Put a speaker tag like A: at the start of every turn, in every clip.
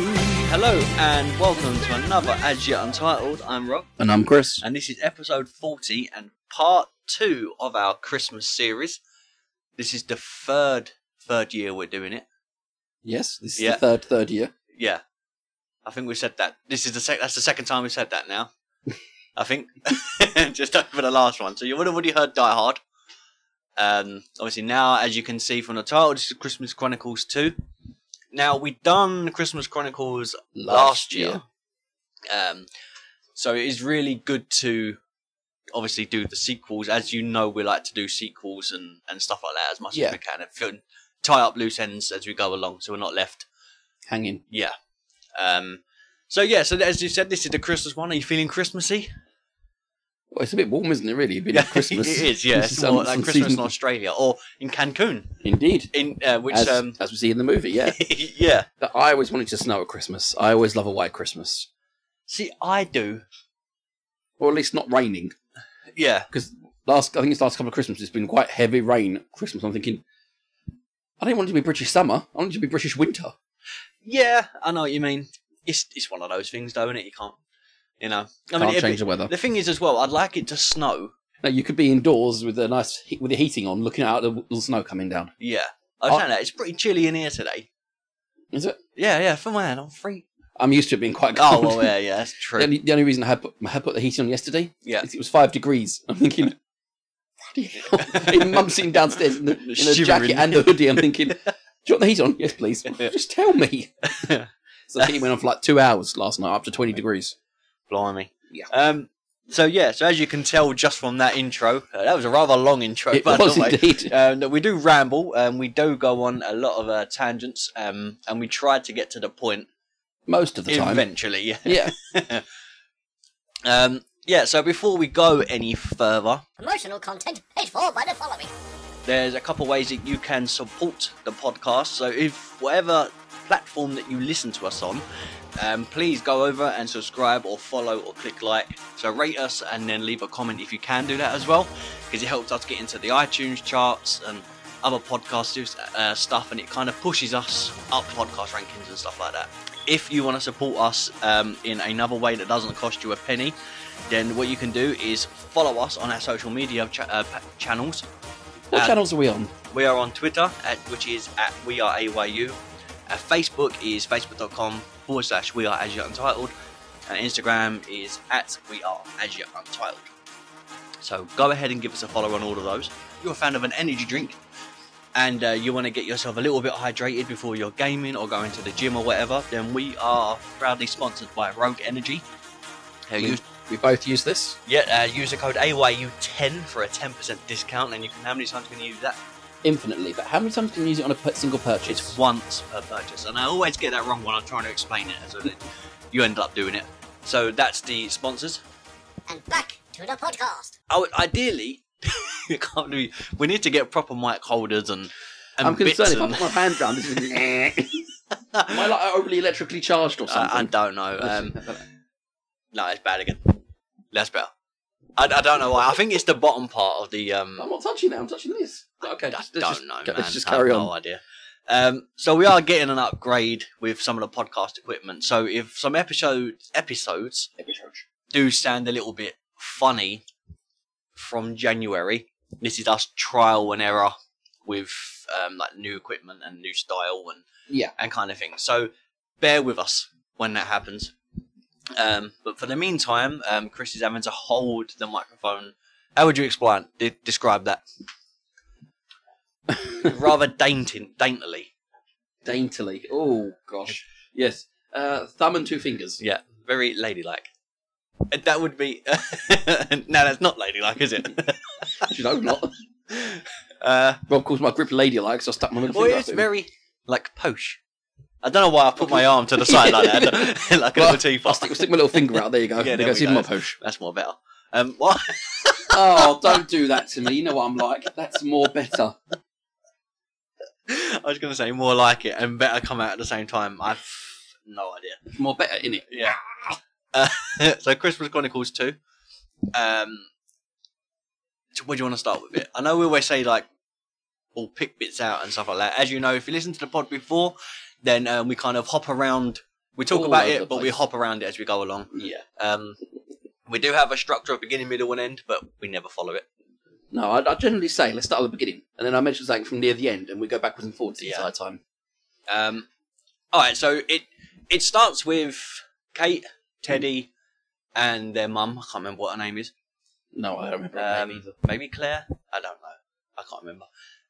A: Hello and welcome to another As Yet Untitled. I'm Rob,
B: And I'm Chris.
A: and this is episode 40 and part two of our Christmas series. This is the third third year we're doing it.
B: Yes, this is
A: Yeah.
B: the third third year.
A: Yeah, I think we said that. This is the sec- that's the second time we said that now. I think just over the last one. So you would have already heard Die Hard. Um, obviously now, as you can see from the title, this is Christmas Chronicles two. Now we done Christmas Chronicles last year. Um, so it is really good to obviously do the sequels. As you know, we like to do sequels and, and stuff like that as much as
B: Yeah.
A: we can and fill- tie up loose ends as we go along so we're not left.
B: Hanging.
A: Yeah. Um, so, yeah, so as you said, this is the Christmas one. Are you feeling Christmassy?
B: Well, it's a bit warm, isn't it, really? A bit of Christmas.
A: it is, yeah.
B: This
A: It's
B: is um,
A: more
B: on-
A: like
B: on
A: Christmas in
B: season-
A: Australia or in Cancun,
B: Indeed.
A: in uh, which,
B: as,
A: um,
B: as we see in the movie, yeah.
A: yeah.
B: But I always wanted to snow at Christmas. I always love a white Christmas.
A: See, I do.
B: Or at least not raining.
A: Yeah.
B: Because last, I think it's the last couple of Christmases, it's been quite heavy rain at Christmas. I'm thinking, I don't want it to be British summer. I want it to be British winter.
A: Yeah, I know what you mean. It's, it's one of those things, though, isn't it? You can't, you know. I mean,
B: Can't
A: it'd be-
B: change the weather.
A: The thing is, as well, I'd like it to snow.
B: Now, you could be indoors with a nice, he- with the heating on, looking out at the little snow coming down.
A: Yeah, I was
B: Oh.
A: saying that it's pretty chilly in here today.
B: Is it?
A: Yeah, yeah, for man, I'm free.
B: I'm used to it being quite
A: Oh
B: cold.
A: well, yeah, yeah, that's
B: The
A: true.
B: only, the only reason I had, put, I had put the heating on yesterday
A: Yeah,
B: is it was five degrees. I'm thinking, bloody hell. Even mum sitting downstairs in, the, in a
A: Shivering.
B: jacket and a hoodie. I'm thinking, do you want the heat on? Yes, please. Just tell me.
A: Yeah.
B: so the heat went on for like two hours last night, up to 20 degrees.
A: blimey.
B: Yeah.
A: Um. So yeah, so as you can tell just from that intro, uh, that was a rather long intro.
B: It
A: by
B: was
A: the way.
B: indeed.
A: Um, that we do ramble, and we do go on a lot of uh, tangents, um, and we try to get to the point
B: Most of the time.
A: eventually. Yeah.
B: Yeah.
A: Um. Yeah. So before we go any further,
C: Promotional content paid for by the following.
A: there's a couple ways that you can support the podcast. So if whatever platform that you listen to us on, um, please go over and subscribe or follow or click like. So rate us and then leave a comment if you can do that as well, because it helps us get into the iTunes charts and other podcast uh, stuff, and it kind of pushes us up podcast rankings and stuff like that. If you want to support us um, in another way that doesn't cost you a penny, then what you can do is follow us on our social media cha- uh, pa- channels.
B: What
A: Uh,
B: channels are we on?
A: we are on Twitter, at, which is at We Are AYU. Our Uh, Facebook is facebook.com forward slash We Are As Yet Untitled. And Instagram is at We Are As Yet Untitled. So go ahead and give us a follow on all of those. If you're a fan of an energy drink and uh, you want to get yourself a little bit hydrated before you're gaming or going to the gym or whatever, then we are proudly sponsored by Rogue Energy. Uh,
B: We-
A: use
B: We both use this.
A: yeah, uh, user code AYU10 for a 10% discount, and you can. How many times can you use that?
B: Infinitely, but how many times can you use it on a per- single purchase?
A: It's once per purchase, and I always get that wrong when I'm trying to explain it. So that you end up doing it. So that's the sponsors.
C: And back to the podcast.
A: I would, ideally, you can't do. We need to get proper mic holders and. and
B: I'm
A: bits
B: concerned if I
A: and-
B: put my hand down, this is. Am I like overly electrically charged or
A: I, I
B: something?
A: don't know. Uh, Um, no, it's bad again. That's better. I, I don't know why. I think it's the bottom part of the. Um,
B: I'm not touching that. I'm touching this. Okay,
A: I
B: let's
A: don't
B: just,
A: know, man.
B: let's just
A: I have
B: carry on.
A: No idea. Um, so we are getting an upgrade with some of the podcast equipment. So if some episode episodes do sound a little bit funny from January, this is us trial and error with um, like new equipment and new style and
B: Yeah.
A: and kind of thing. So bear with us when that happens. Um, but for the meantime, um, Chris is having to hold the microphone. How would you explain de- describe that? Rather dainty, daintily,
B: Daintily. Oh gosh. Yes. Uh, thumb and two fingers.
A: yeah, very ladylike. And That would be no, that's not ladylike, is it?
B: You know, not.
A: uh,
B: Rob calls my grip ladylike, so I stuck my middle
A: well,
B: finger.
A: it's
B: up it.
A: very like posh. I don't know why I put my arm to the side like that, like a
B: Well,
A: little teapot.
B: I'll stick, stick my little finger out. There you go.
A: Yeah,
B: there,
A: there
B: you go.
A: we
B: See
A: go.
B: my push.
A: That's more better. Um, what?
B: Oh, don't do that to me. You know what I'm like. That's more better.
A: I was going to say more like it and better come out at the same time. I've no idea.
B: More better in it.
A: Yeah. Uh, so Christmas Chronicles two. Um, so where do you want to start with it? I know we always say like, we'll pick bits out and stuff like that. As you know, if you listen to the pod before, then um, we kind of hop around We talk
B: All
A: about
B: over
A: it,
B: the
A: but we
B: place.
A: hop around it as we go along.
B: Yeah.
A: Um, we do have a structure of beginning, middle, and end, but we never follow it.
B: No, I, I generally say let's start at the beginning, and then I mention something from near the end, and we go backwards and forwards the
A: Yeah.
B: entire time.
A: Um, all right, so it it starts with Kate, Teddy, and their mum. I can't remember what her name is.
B: No, I don't remember. her name
A: Um,
B: either.
A: maybe Claire. I don't know. I can't remember.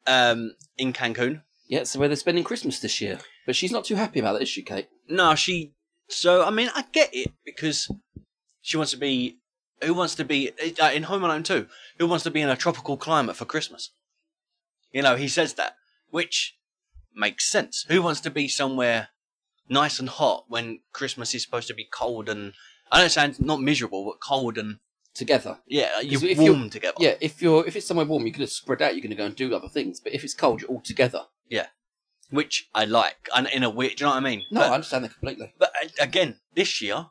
A: Um, in Cancun.
B: Yeah, so where they're spending Christmas this year, but she's not too happy about it, is she, Kate?
A: No, she. So I mean, I get it because she wants to be. Who wants to be uh, in Home Alone too? Who wants to be in a tropical climate for Christmas? You know, he says that, which makes sense. Who wants to be somewhere nice and hot when Christmas is supposed to be cold and I don't sound not miserable, but cold and
B: Together.
A: yeah, you're
B: if you're-
A: warm together.
B: Yeah, if you're if it's somewhere warm, you're going to spread out. You're going to go and do other things. But if it's cold, you're all together.
A: which I like. And in a weird, do you know what I mean?
B: No,
A: But-
B: I understand that completely.
A: But uh, again, this year,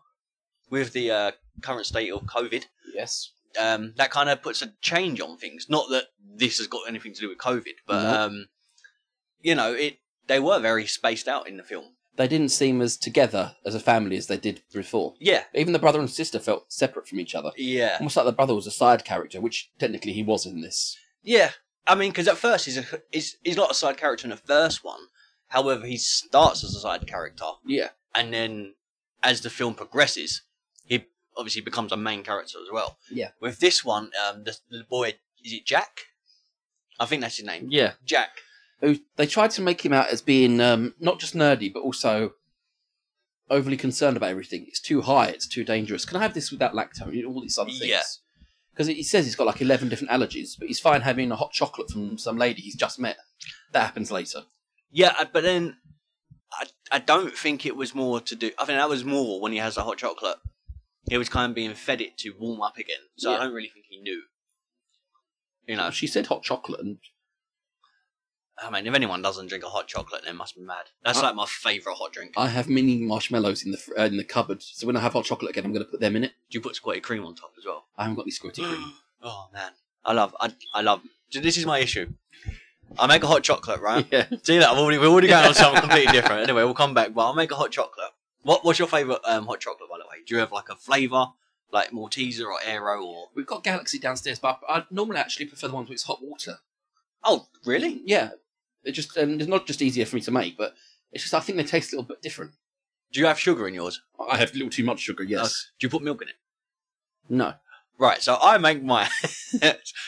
A: with the uh, current state of COVID,
B: Yes.
A: um, that kind of puts a change on things. Not that this has got anything to do with COVID, but
B: No.
A: um, you know, it they were very spaced out in the film.
B: They didn't seem as together as a family as they did before.
A: Yeah,
B: Even the brother and sister felt separate from each other.
A: yeah,
B: Almost like the brother was a side character, which technically he was in this.
A: yeah. I mean, because at first he's a, he's he's not a side character in the first one. However, he starts as a side character,
B: Yeah.
A: and then as the film progresses, he obviously becomes a main character as well.
B: Yeah.
A: With this one, um, the, the boy is it Jack? I think that's his name.
B: Yeah.
A: Jack.
B: Who they tried to make him out as being um, not just nerdy, but also overly concerned about everything. It's too high. It's too dangerous. Can I have this without lactose? You know, all these other things.
A: Yeah.
B: Because he says he's got like eleven different allergies, but he's fine having a hot chocolate from some lady he's just met. That happens later.
A: Yeah, I- but then I I don't think it was more to do. I think that was more when he has the hot chocolate. He was kind of being fed it to warm up again, so
B: Yeah.
A: I don't really think he knew. You know,
B: She said hot chocolate, and
A: I mean, if anyone doesn't drink a hot chocolate, they must be mad. That's
B: I-
A: like my favorite hot drink.
B: I have mini marshmallows in the fr- uh, in the cupboard. So when I have hot chocolate again, I'm going to put them in it.
A: Do you put squirty cream on top as well?
B: I haven't got any squirty cream.
A: oh man, I love I I love. This is my issue. I make a hot chocolate, right?
B: yeah.
A: See that I've already, we're already going on something completely different. Anyway, we'll come back. But I'll make a hot chocolate. What What's your favorite um, hot chocolate, by the way? Do you have like a flavor, like Malteser or Aero or?
B: We've got Galaxy downstairs, but I I normally actually prefer the ones where it's hot water.
A: Oh, really?
B: Yeah, it just and it's not just easier for me to make, but it's just I think they taste a little bit different.
A: Do you have sugar in yours?
B: I have a little too much sugar.
A: Uh, do you put milk in it?
B: No.
A: Right. So I make mine. so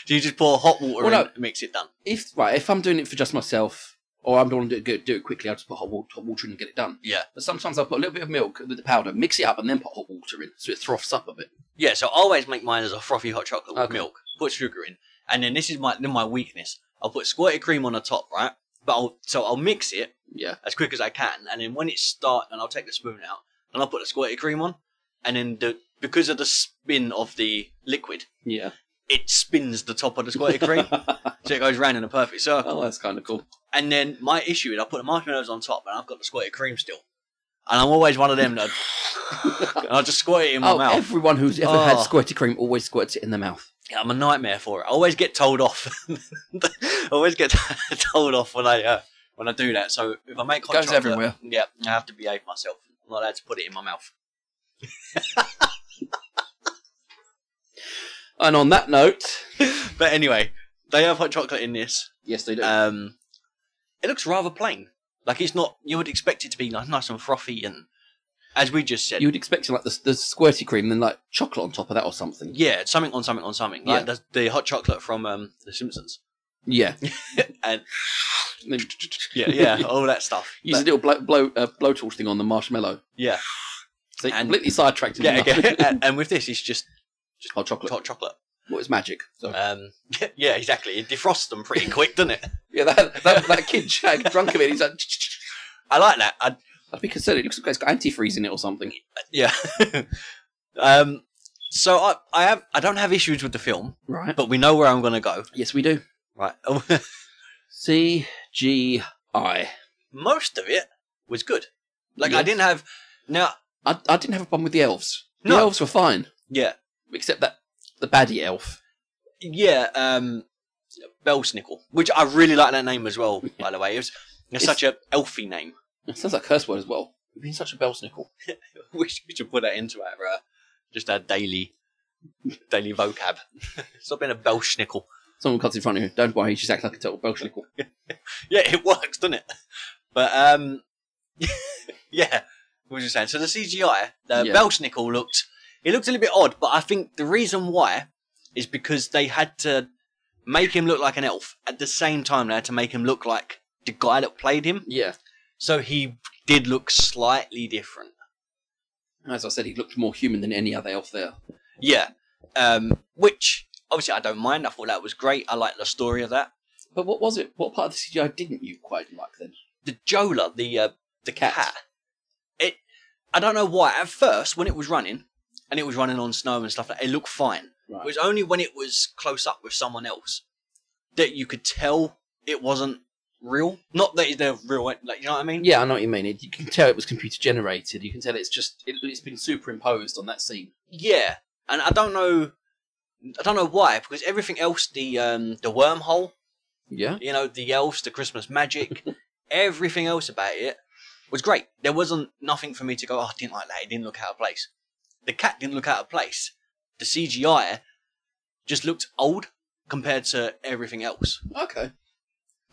A: you just pour hot water
B: Well,
A: in, mix it done.
B: If right, if I'm doing it for just myself, or I'm going to do it, do it quickly, I'll just put hot water, hot water in and get it done.
A: Yeah.
B: But sometimes I'll put a little bit of milk with the powder, mix it up, and then put hot water in, so it froths up a bit.
A: Yeah. So I always make mine as a frothy hot chocolate with
B: Okay.
A: milk. Put sugar in, and then this is my then my weakness. I'll put squirted cream on the top, right? But I'll so I'll mix it
B: Yeah.
A: as quick as I can, and then when it's start, and I'll take the spoon out, and I'll put the squirty cream on, and then the because of the spin of the liquid,
B: Yeah.
A: it spins the top of the squirty cream, so it goes round in a perfect circle.
B: oh, that's kind of cool.
A: And then my issue is I put the marshmallows on top, and I've got the squirty cream still, and I'm always one of them that and I just squirt it in my
B: oh,
A: mouth.
B: everyone who's ever had
A: Oh.
B: squirty cream always squirts it in their mouth.
A: Yeah, I'm a nightmare for it. I always get told off. I always get told off when I uh, when I do that. So if I make hot
B: Goes
A: chocolate,
B: everywhere.
A: yeah, I have to behave myself. I'm not allowed to put it in my mouth.
B: And on that note,
A: But anyway, they have hot chocolate in this.
B: yes, they do.
A: Um, it looks rather plain. Like it's not. You would expect it to be nice, nice and frothy, and as we just said,
B: you would expect like the, the squirty cream, then like chocolate on top of that or something.
A: yeah, something on something on something. Like the, the hot chocolate from um, The Simpsons.
B: Yeah.
A: And-
B: Then-
A: Yeah, yeah, all that stuff.
B: Use a
A: But-
B: little blow, blow uh, blowtorch thing on the marshmallow.
A: yeah,
B: So you
A: And-
B: completely sidetracked.
A: yeah,
B: Yeah,
A: again. and, and with this, it's just
B: Hot chocolate.
A: hot chocolate.
B: What is magic? So,
A: Um, yeah, exactly. It defrosts them pretty quick, doesn't it?
B: yeah, that, that, that kid Jack drunk of it. He's like,
A: I like that. I,
B: I'd be concerned. It looks like it's got antifreeze in it or something.
A: yeah. um, so I, I have, I don't have issues with the film,
B: Right.
A: but we know where I'm going to go.
B: Yes, we do.
A: Right.
B: C G I.
A: Most of it was good. Like I
B: Yes.
A: didn't have now.
B: I I didn't have a problem with the elves. The
A: No.
B: elves were fine,
A: Yeah,
B: except that the baddie elf.
A: yeah. Um, Belsnickel, which I really like that name as well. By the way, it was, it's,
B: It's-
A: such a elfy name.
B: It sounds like a curse word as well. We've been such a bell snickle.
A: we should, we should put that into our uh, just our daily daily vocab. Stop being a belschnickel.
B: Someone cuts in front of you. Don't worry, he just acts like a total bell snickle.
A: Yeah, it works, doesn't it? But um, yeah, what was you saying? So the CGI, the
B: Yeah.
A: belschnickel looked it looked a little bit odd, but I think the reason why is because they had to make him look like an elf at the same time they had to make him look like the guy that played him.
B: Yeah.
A: So he did look slightly different.
B: As I said, he looked more human than any other elf there.
A: Yeah. Um, which obviously I don't mind. I thought that was great. I like the story of that.
B: But what was it? What part of the CGI didn't you quite like then?
A: The Jola, the uh, the cat.
B: Cat.
A: It. I don't know why. At first, when it was running, and it was running on snow and stuff, like it looked fine. It
B: Right.
A: was only when it was close up with someone else that you could tell it wasn't real. Not that they're real. Like you know what I mean?
B: Yeah, I know what you mean. It, you can tell it was computer generated. You can tell it's just it, it's been superimposed on that scene.
A: Yeah, and I don't know. I don't know why, because everything else, the um, the wormhole,
B: Yeah.
A: you know, the elves, the Christmas magic, everything else about it was great. There wasn't nothing for me to go, oh, I didn't like that. It didn't look out of place. The cat didn't look out of place. The CGI just looked old compared to everything else.
B: Okay.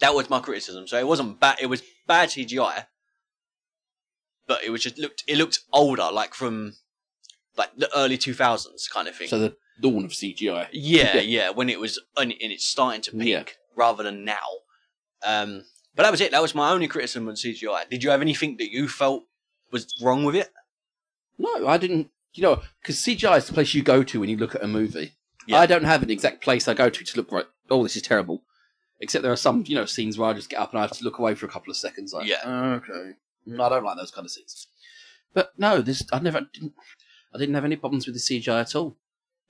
A: That was my criticism. So it wasn't bad. It was bad CGI, but it was just looked. It looked older, like from like the early two thousands kind of thing.
B: So the dawn of CGI.
A: Yeah,
B: Yeah.
A: yeah, when it was and and it's starting to peak
B: Yeah.
A: rather than now. Um, but that was it. That was my only criticism on CGI. Did you have anything that you felt was wrong with it?
B: No, I didn't. You know, because CGI is the place you go to when you look at a movie.
A: Yeah.
B: I don't have an exact place I go to to look right. Oh, this is terrible. Except there are some, you know, scenes where I just get up and I have to look away for a couple of seconds. Like,
A: Yeah.
B: "Oh, okay. Mm, I don't like those kind of scenes. But no, this I never didn't. I didn't have any problems with the CGI at all.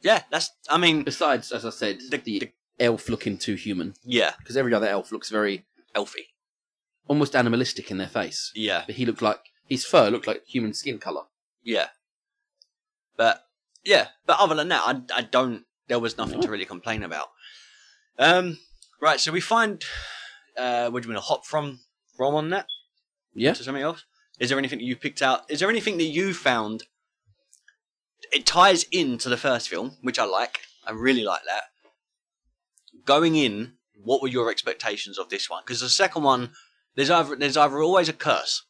A: Yeah, that's. I mean,
B: Besides, as I said,
A: The-
B: the, elf looking too human
A: yeah,
B: because every other elf looks very
A: Elfie.
B: almost animalistic in their face.
A: Yeah,
B: But he looked like his fur looked like human skin color.
A: yeah. But yeah, but other than that, I, I don't. There was nothing to really complain about. Um, right. So we find. Uh, where do we want to hop from? From on that.
B: Yeah.
A: to something else? Is there anything that you picked out? Is there anything that you found? It ties into the first film, which I like. I really like that. Going in, what were your expectations of this one? Because the second one, there's either there's either always a curse.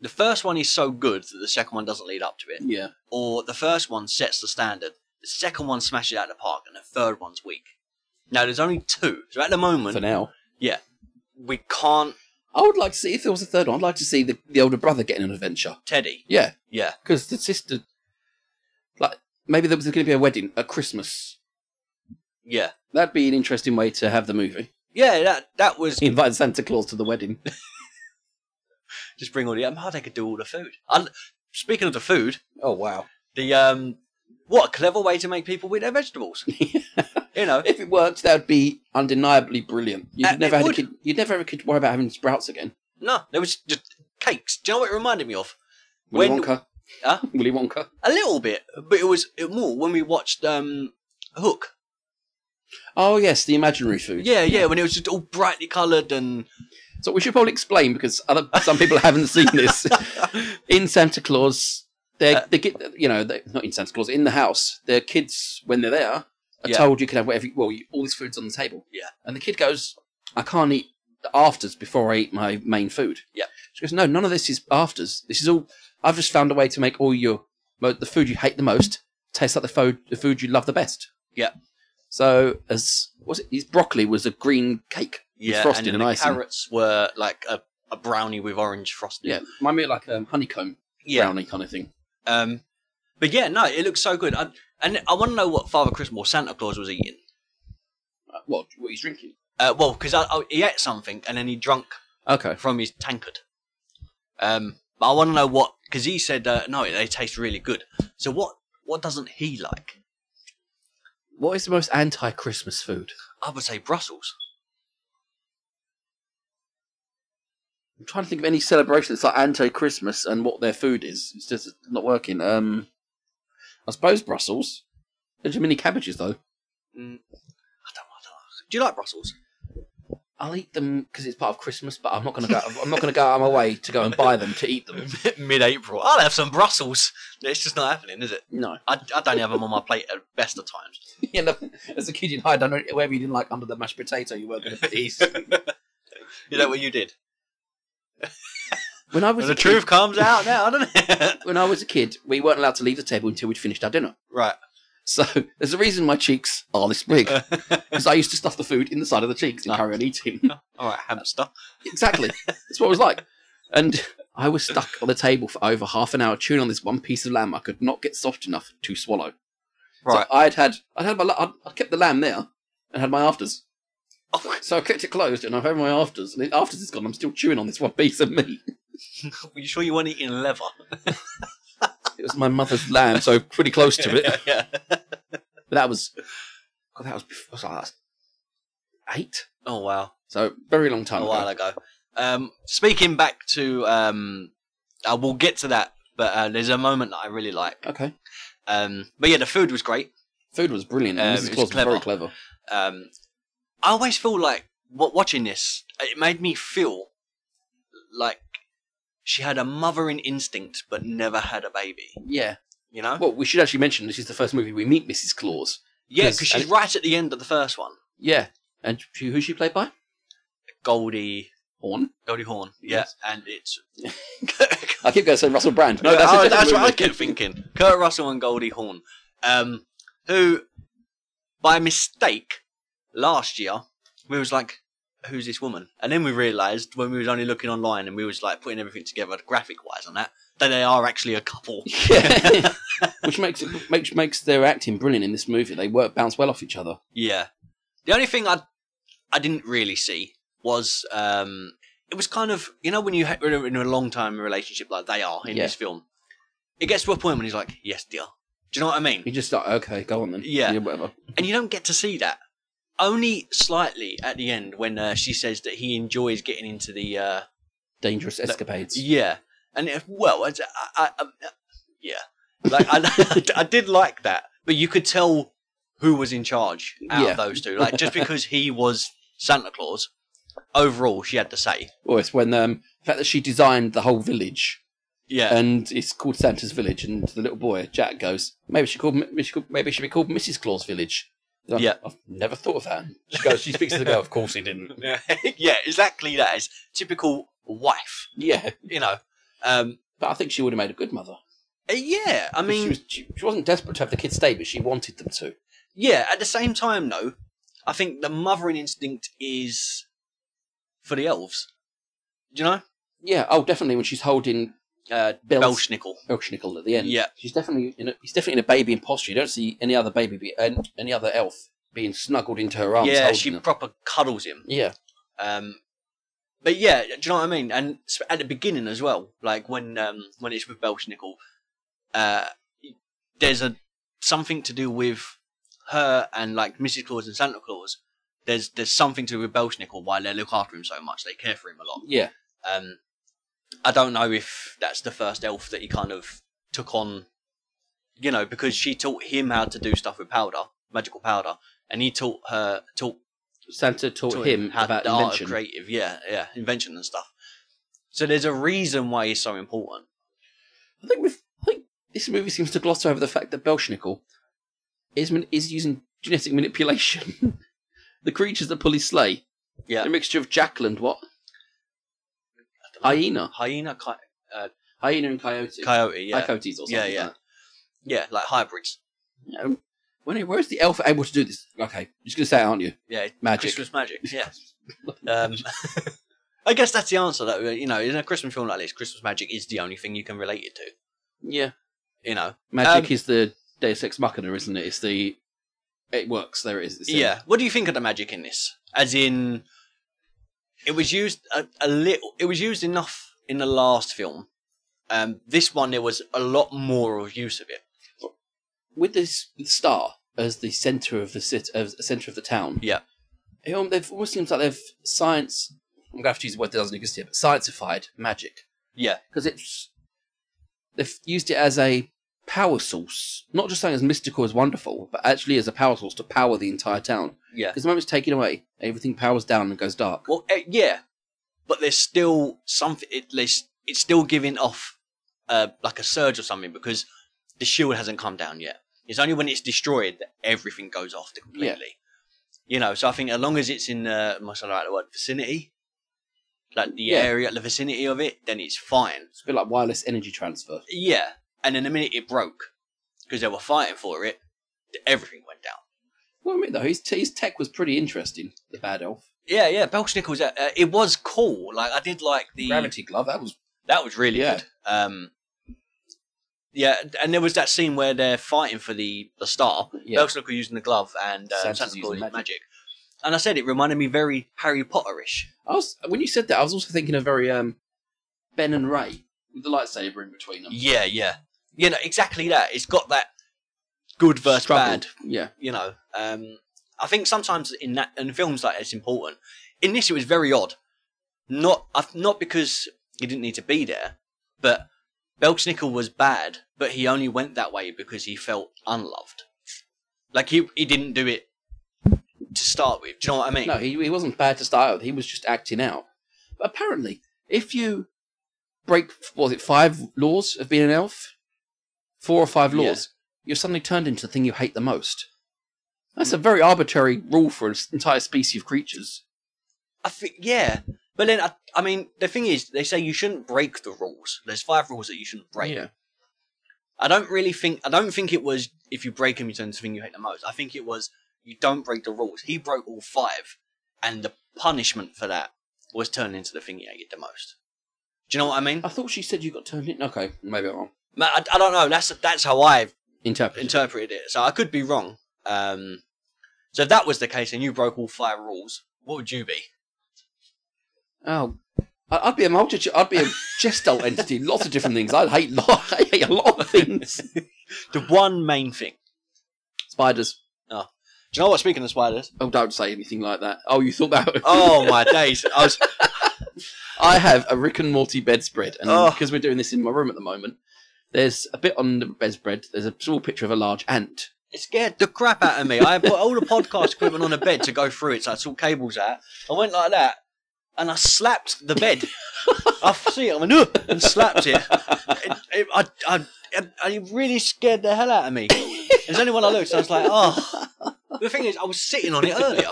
A: The first one is so good that the second one doesn't lead up to it,
B: Yeah.
A: or the first one sets the standard. The second one smashes it out of the park, and the third one's weak. Now there's only two, so at the
B: For
A: moment
B: now.
A: we can't
B: I would like to see if there was a third one. I'd like to see the, the older brother getting an adventure.
A: Teddy.
B: Yeah,
A: Yeah,
B: because the sister, like maybe there was going to be a wedding at Christmas.
A: yeah.
B: That'd be an interesting way to have the movie.
A: Yeah, that that was
B: He invited Santa Claus to the wedding.
A: just bring all the. I'm how they could do all the food. I, speaking of the food,
B: Oh wow!
A: the um, what a clever way to make people eat their vegetables. you know,
B: If it worked, that'd be undeniably brilliant. You'd
A: Uh,
B: never
A: it
B: had
A: would.
B: a kid. You'd never have a kid worry about having sprouts again.
A: no, there was just cakes. Do you know what it reminded me of?
B: Willy
A: When-
B: Wonka.
A: Huh?
B: Willy Wonka.
A: A little bit, but it was it more when we watched um, Hook.
B: Oh yes, the imaginary food.
A: Yeah, yeah, when it was just all brightly coloured and
B: So we should probably explain because other some people haven't seen this. in Santa Claus, they
A: Uh,
B: they get you know they, not in Santa Claus in the house. Their kids when they're there are
A: Yeah.
B: told you can have whatever. You, well, you, all this food's on the table.
A: Yeah.
B: and the kid goes, "I can't eat the afters before I eat my main food."
A: Yeah.
B: she goes, "No, none of this is afters. This is all. I've just found a way to make all your mo- the food you hate the most taste like the food the food you love the best."
A: Yeah.
B: So as was it? His broccoli was a green cake. with
A: yeah,
B: frosting
A: and,
B: and,
A: the
B: icing.
A: carrots were like a, a brownie with orange frosting.
B: Yeah, might be like um, honeycomb
A: yeah,
B: brownie kind of thing.
A: Um, but yeah, no, it looks so good. I, and I want to know what Father Christmas or Santa Claus was eating.
B: Uh, What what he's drinking?
A: Uh, well, because I, I, he ate something and then he drunk
B: Okay.
A: from his tankard. Um, but I want to know what because he said uh, no, they taste really good. So what? What doesn't he like?
B: What is the most anti-Christmas food?
A: I would say Brussels.
B: I'm trying to think of any celebration that's like anti-Christmas and what their food is. It's just not working. Um, I suppose Brussels. There's too many cabbages though.
A: Mm, I don't, I don't know. Do you like Brussels?
B: I'll eat them because it's part of Christmas, but I'm not gonna go. I'm not gonna go out of my way to go and buy them to eat them.
A: Mid-April, I'll have some Brussels. It's just not happening, is it?
B: No,
A: I, I don't have them on my plate at best of times.
B: you know, as a kid you'd hide under wherever you didn't like under the mashed potato. You were gonna put these.
A: Is that what you did?
B: when I was
A: the
B: a kid-
A: truth comes out now, doesn't it?
B: When I was a kid, we weren't allowed to leave the table until we'd finished our dinner.
A: right.
B: So there's a reason my cheeks are this big because I used to stuff the food in the side of the cheeks and
A: Nice.
B: carry on eating.
A: All right, hamster.
B: Exactly. That's what it was like. And I was stuck on the table for over half an hour chewing on this one piece of lamb I could not get soft enough to swallow.
A: Right.
B: So I'd had, I'd had my, la- I'd, I kept the lamb there and had my afters.
A: Oh,
B: So I kept it closed and I've had my afters. And the afters is gone. I'm still chewing on this one piece of meat.
A: you sure you weren't eating leather?
B: It was my mother's lamb, so pretty close to it.
A: yeah.
B: But that was, God, that was, before, was like, eight.
A: Oh wow.
B: So very long time
A: a
B: ago.
A: while ago. Um, speaking back to, um, I will get to that, but uh, there's a moment that I really like.
B: Okay.
A: Um, but yeah, the food was great.
B: Food was brilliant.
A: Um,
B: and Mrs.
A: it was
B: Claus was very
A: clever.
B: clever.
A: Um, I always feel like wa watching this, it made me feel like she had a mothering instinct, but never had a baby.
B: Yeah.
A: You know?
B: Well, we should actually mention this is the first movie we meet Mrs. Claus.
A: yeah,
B: 'cause-
A: because she's
B: and-
A: right at the end of the first one.
B: Yeah. And she, who's she played by?
A: Goldie,
B: Horn.
A: Goldie Horn. Yeah,
B: Yes.
A: and it's.
B: I keep going to say Russell Brand. No,
A: Yeah,
B: that's,
A: I-
B: a different
A: that's what I
B: movie.
A: kept thinking. Kurt Russell and Goldie Hawn, um, who, by mistake, last year we was like, "Who's this woman?" And then we realised when we was only looking online and we was like putting everything together, graphic wise, on that that they are actually a couple.
B: Yeah. Which makes it makes makes their acting brilliant in this movie. They work bounce well off each other.
A: Yeah. The only thing I I didn't really see was um, it was kind of you know when you ha- when you're in a long time relationship like they are in
B: Yeah.
A: this film, it gets to a point when he's like, "Yes, dear." Do you know what I mean?
B: You just like, okay, go on then.
A: Yeah.
B: whatever.
A: and you don't get to see that only slightly at the end when uh, she says that he enjoys getting into the uh,
B: Dangerous escapades.
A: yeah and if, well I, I, I, yeah like I, I did like that but you could tell who was in charge out
B: Yeah.
A: of those two like just because he was santa claus overall she had to say
B: Or it's when um, the fact that she designed the whole village
A: yeah
B: and it's called Santa's Village, and the little boy Jack goes, maybe she called maybe she, called, maybe it should be called Mrs. Claus Village. He's like,
A: Yeah.
B: I've never thought of that. She goes, she speaks to the girl. Of course he didn't.
A: yeah exactly that is typical wife
B: Yeah,
A: you know um
B: but I think she would have made a good mother.
A: uh, yeah i mean
B: she, was, she, she wasn't desperate to have the kids stay, but she wanted them to.
A: Yeah, at the same time, though, I think the mothering instinct is for the elves. Do you know?
B: Yeah, oh, definitely when she's holding
A: Uh,
B: Bells.
A: Belschnickel.
B: Elshnickel at the end.
A: Yeah.
B: she's definitely in a, he's definitely in a baby in posture. You don't see any other baby, be, an- any other elf being snuggled into her arms.
A: Yeah,
B: holding
A: she
B: them.
A: proper cuddles him.
B: yeah,
A: Um, but yeah, do you know what I mean? And s- at the beginning as well, like when um, when it's with Belschnickel, uh, there's a something to do with her and like Mrs. Claus and Santa Claus. There's there's something to do with Belschnickel why they look after him so much. They care for him a lot.
B: yeah,
A: Um, I don't know if that's the first elf that he kind of took on, you know, because she taught him how to do stuff with powder, magical powder, and he taught her taught,
B: Santa taught,
A: taught
B: him,
A: how
B: about
A: the art
B: invention.
A: of creative, yeah, yeah, invention and stuff. So there's a reason why he's so important.
B: I think we've, I think this movie seems to gloss over the fact that Belshnickel is man- is using genetic manipulation. the creatures that pull his sleigh,
A: Yeah.
B: a mixture of jackal and what hyena,
A: Hyena, coy-
B: hyena and coyote,
A: coyote, yeah,
B: coyotes or something.
A: Yeah, yeah.
B: Like that.
A: yeah, like hybrids.
B: Um, when where's the elf able to do this? Okay, you're just gonna say, it, aren't you?
A: Yeah,
B: Magic.
A: Christmas magic. Yeah. um, I guess that's the answer. That uh, you know, in a Christmas film like this, Christmas magic is the only thing you can relate it to.
B: Yeah,
A: You know.
B: magic
A: Um,
B: is the Deus Ex Machina, isn't it? It's the it works. There it is. It's in-
A: Yeah. What do you think of the magic in this? As in, it was used a, a little. It was used enough in the last film. Um, this one there was a lot more of use of it.
B: with this with star as the center of the city, as the center of the town.
A: Yeah.
B: it al- they've- almost seems like they've science. I'm gonna have to use a word that doesn't exist here, but scientified magic
A: Yeah.
B: because it's they've used it as a power source, not just saying as mystical as wonderful, but actually as a power source to power the entire town.
A: Yeah.
B: Because the moment it's taken away, everything powers down and goes dark.
A: Well, eh, yeah, but there's still something. It, there's- it's still giving off uh, like a surge or something because the shield hasn't come down yet. It's only when it's destroyed that everything goes off completely. You know, so I think as long as it's in the, am I saying the right word, vicinity, like the
B: Yeah.
A: area, the vicinity of it, then it's fine.
B: It's a bit like wireless energy transfer.
A: Yeah, and then the minute it broke, because they were fighting for it, th- everything went down.
B: Well, I mean, though, his, his tech was pretty interesting, the bad elf.
A: Yeah, yeah, Belschnickel was, uh, uh, it was cool. Like, I did like the.
B: Gravity glove, that was.
A: That was really
B: Yeah.
A: good. Um, yeah, and there was that scene where they're fighting for the, the star.
B: Yeah.
A: Yeah. Belschnickel using the glove and uh, Santa
B: Santa's
A: Claus
B: using
A: using
B: magic.
A: magic. And I said it reminded me very Harry Potterish.
B: I was When you said that, I was also thinking of very um, Ben and Ray with the lightsaber in between them.
A: Yeah, yeah, you know exactly that. It's got that good versus
B: Struggle.
A: bad.
B: Yeah.
A: You know, um, I think sometimes in that in films like that, it's important. In this, it was very odd. Not I- not because he didn't need to be there, but Belksnickel was bad, but he only went that way because he felt unloved. Like he he didn't do it to start with. Do you know what I mean?
B: No, he, he wasn't bad to start with. He was just acting out. But apparently, if you break, what was it five laws of being an elf? Four or five
A: Yeah.
B: laws, you're suddenly turned into the thing you hate the most. That's a very arbitrary rule for an entire species of creatures.
A: I think yeah. But then I, I mean the thing is they say you shouldn't break the rules. There's five rules that you shouldn't break.
B: Yeah.
A: I don't really think. I don't think it was if you break them, you turn into the thing you hate the most. I think it was you don't break the rules. He broke all five, and the punishment for that was turning into the thing you hated the most. Do you know what I mean?
B: I thought she said you got turned in. Okay, maybe I'm wrong.
A: Ma- I, I don't know. That's that's how I
B: Interpret.
A: interpreted it. So I could be wrong. Um, so if that was the case, and you broke all five rules, what would you be?
B: oh, I- I'd be a multitude. I'd be a gestalt entity. Lots of different things. I'd hate. Lo- I hate a lot of things.
A: The one main thing.
B: Spiders.
A: Do you know what? Speaking of spiders,
B: Oh, don't say anything like that. Oh, you thought that.
A: oh my days! I was
B: I have a Rick and Morty bedspread, and
A: Oh.
B: because we're doing this in my room at the moment, there's a bit on the bedspread. There's a small picture of a large ant.
A: It scared the crap out of me. I put all the podcast equipment on the bed to go through it, so I saw cables out. I went like that, and I slapped the bed. I see it, I went, "Ugh," and slapped it. It- it- I, I, it- it really scared the hell out of me. It was only when I looked, I was like, oh. The thing is, I was sitting on it earlier.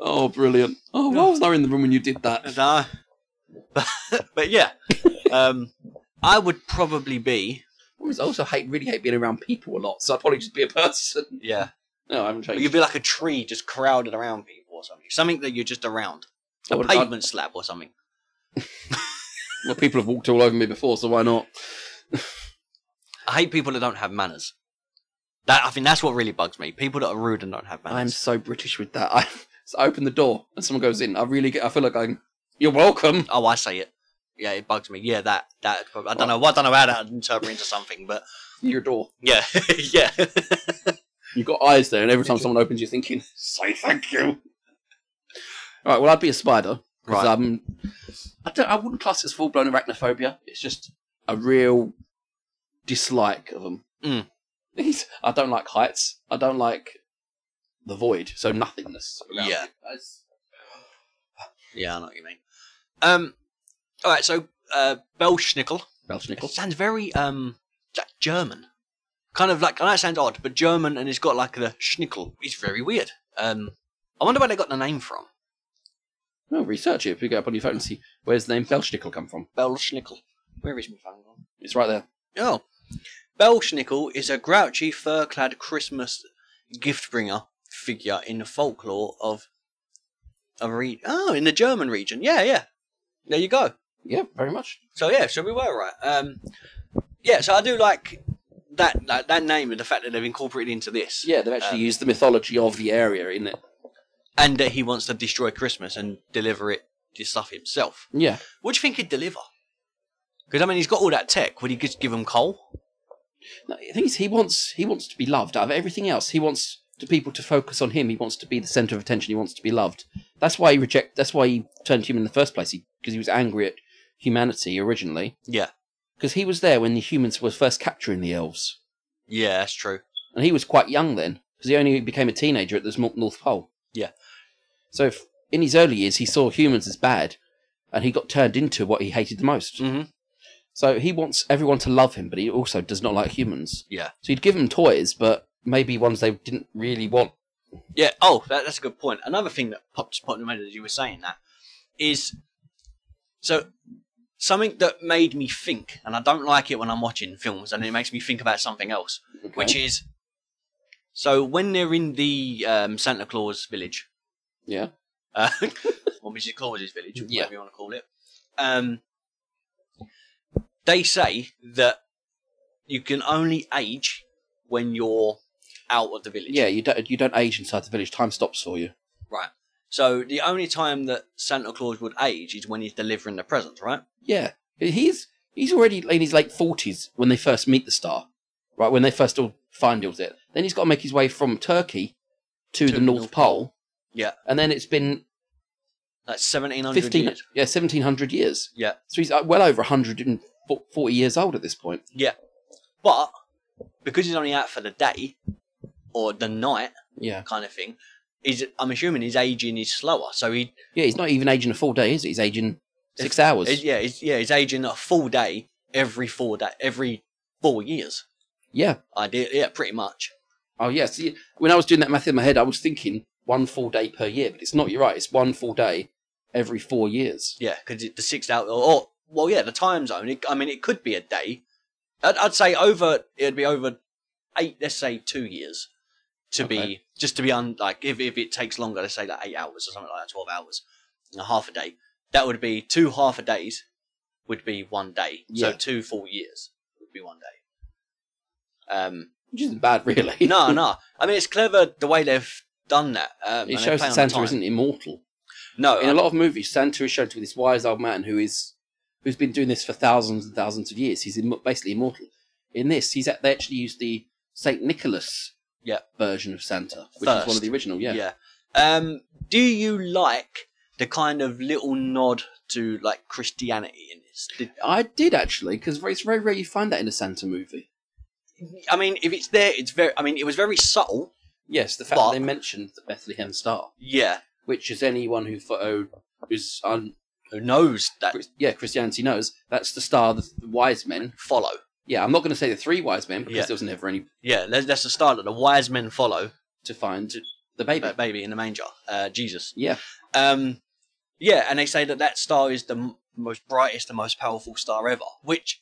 B: Oh, brilliant! Oh, why was I in the room when you did that?
A: No. uh, But, but yeah, um, I would probably be,
B: I also hate, really hate being around people a lot, so I'd probably just be a person.
A: yeah,
B: No, I haven't
A: but
B: changed.
A: you'd be like a tree just crowded around people or something. Something that you're just around.
B: I
A: A
B: would- uh, I-
A: pavement slab or something.
B: well, people have walked all over me before, so why not?
A: I hate people that don't have manners. That I think that's what really bugs me. People that are rude and don't have
B: I'm
A: manners.
B: so British with that. I, so I open the door and someone goes in. I really get. I feel like going. You're welcome.
A: Oh, I say it. Yeah, it bugs me. Yeah, that that. I don't know. I don't know how that interpret into something, but
B: Your door.
A: yeah, yeah.
B: You've got eyes there, and every time someone opens, you're thinking, "Say thank you." All right. Well, I'd be a spider. 'cause,
A: Right.
B: Um, I don't. I wouldn't class it as full blown arachnophobia. It's just a real dislike of them.
A: Mm.
B: I don't like heights. I don't like the void. So nothingness. around
A: Yeah.
B: me. That's-
A: yeah, I know what you mean. Um. All right. So, uh, Belschnickel It
B: Belschnickel.
A: sounds very um like German, kind of like I know it sounds odd, but German, and it's got like the schnickel. It's very weird. Um, I wonder where they got the name from.
B: Well, research it. If you go up on your phone and see where's the name Belschnickel come from,
A: Belschnickel. Where is my phone gone?
B: it's right there.
A: Oh. Belschnickel is a grouchy, fur clad Christmas gift bringer figure in the folklore of a re- oh, in the German region. Yeah, yeah. There you go.
B: Yeah, very much.
A: So yeah, so we were right. Um Yeah, so I do like that that, that name and the fact that they've incorporated into this.
B: Yeah, they've actually
A: Um,
B: used the mythology of the area in it.
A: And that he wants to destroy Christmas and deliver it this stuff himself.
B: Yeah.
A: What do you think he'd deliver? Because I mean he's got all that tech. Would he just give him coal?
B: No, the thing is, he wants he wants to be loved. Out of everything else, he wants the people to focus on him. He wants to be the center of attention. He wants to be loved. That's why he reject. That's why he turned to him in the first place. Because he, was angry at humanity originally.
A: Yeah.
B: because he was there when the humans were first capturing the elves,
A: Yeah, that's true.
B: and he was quite young then because he only became a teenager at the Smol- North Pole.
A: Yeah.
B: So if, in his early years, he saw humans as bad, and he got turned into what he hated the most.
A: Mm-hmm.
B: So he wants everyone to love him, but he also does not like humans.
A: Yeah.
B: So he'd give them toys, but maybe ones they didn't really want.
A: Yeah. Oh, that, that's a good point. Another thing that popped popped in my head as you were saying that is so something that made me think, and I don't like it when I'm watching films, and it makes me think about something else, which is so when they're in the um, Santa Claus village,
B: yeah,
A: uh, or Mrs. Claus's village,
B: Yeah.
A: whatever you want to call it. Um, they say that you can only age when you're out of the village.
B: yeah. You don't you don't age inside the village. Time stops for you.
A: Right. So the only time that Santa Claus would age is when he's delivering the presents, right?
B: Yeah, he's he's already in his late forties when they first meet the star, right? When they first all find out it, then he's got to make his way from Turkey to, the North, Pole.
A: Yeah.
B: and then it's been
A: That's seventeen hundred
B: fifteen,
A: years.
B: yeah, seventeen hundred years.
A: Yeah.
B: So he's uh, well over hundred and forty years old at this point.
A: But because he's only out for the day or the night
B: Yeah,
A: kind of thing, he's I'm assuming his aging is slower. So he
B: yeah. He's not even aging a full day, is he? He's aging six hours.
A: It's- yeah, it's, yeah, he's aging a full day every four day, every four years.
B: yeah,
A: I did, yeah, pretty much.
B: Oh yes. See, when I was doing that math in my head, I was thinking one full day per year, but it's not. You're right. It's one full day every four years.
A: Yeah, because the six out, or, or well, yeah, the time zone. It, I mean, it could be a day. I'd, I'd say over. It'd be over eight. Let's say two years to be
B: Okay.
A: just to be on. Like if if it takes longer, let's say like eight hours or something like that, twelve hours, and a half a day. That would be two half a days. Would be one day. So
B: Yeah.
A: two full years would be one day. Um.
B: Which isn't bad, really.
A: no, no. I mean, it's clever the way they've done that. Um, and they
B: It shows
A: play
B: that
A: on
B: Santa
A: time.
B: isn't immortal.
A: No,
B: In a
A: uh,
B: lot of movies, Santa is shown to be this wise old man who is who's been doing this for thousands and thousands of years. He's im- basically immortal. In this, he's at, they actually use the Saint Nicholas
A: Yeah.
B: version of Santa, which is one
A: First.
B: of the original. Yeah.
A: yeah. Um, do you like the kind of little nod to like Christianity in this? Did,
B: I did actually because it's very rare you find that in a Santa movie.
A: I mean, if it's there, it's very. I mean, it was very subtle.
B: Yes, the fact
A: But-
B: that they mentioned the Bethlehem Star.
A: Yeah.
B: which is anyone who photo who's on
A: Who knows that
B: yeah Christianity knows that's the star the wise men.
A: follow?
B: Yeah, I'm not going to say the three wise men because
A: Yeah.
B: there was never any
A: Yeah, that's, that's the start that the wise men follow.
B: to find the baby.
A: That baby in the manger, uh, Jesus.
B: Yeah,
A: Um, yeah, and they say that that star is the m- most brightest, the most powerful star ever, which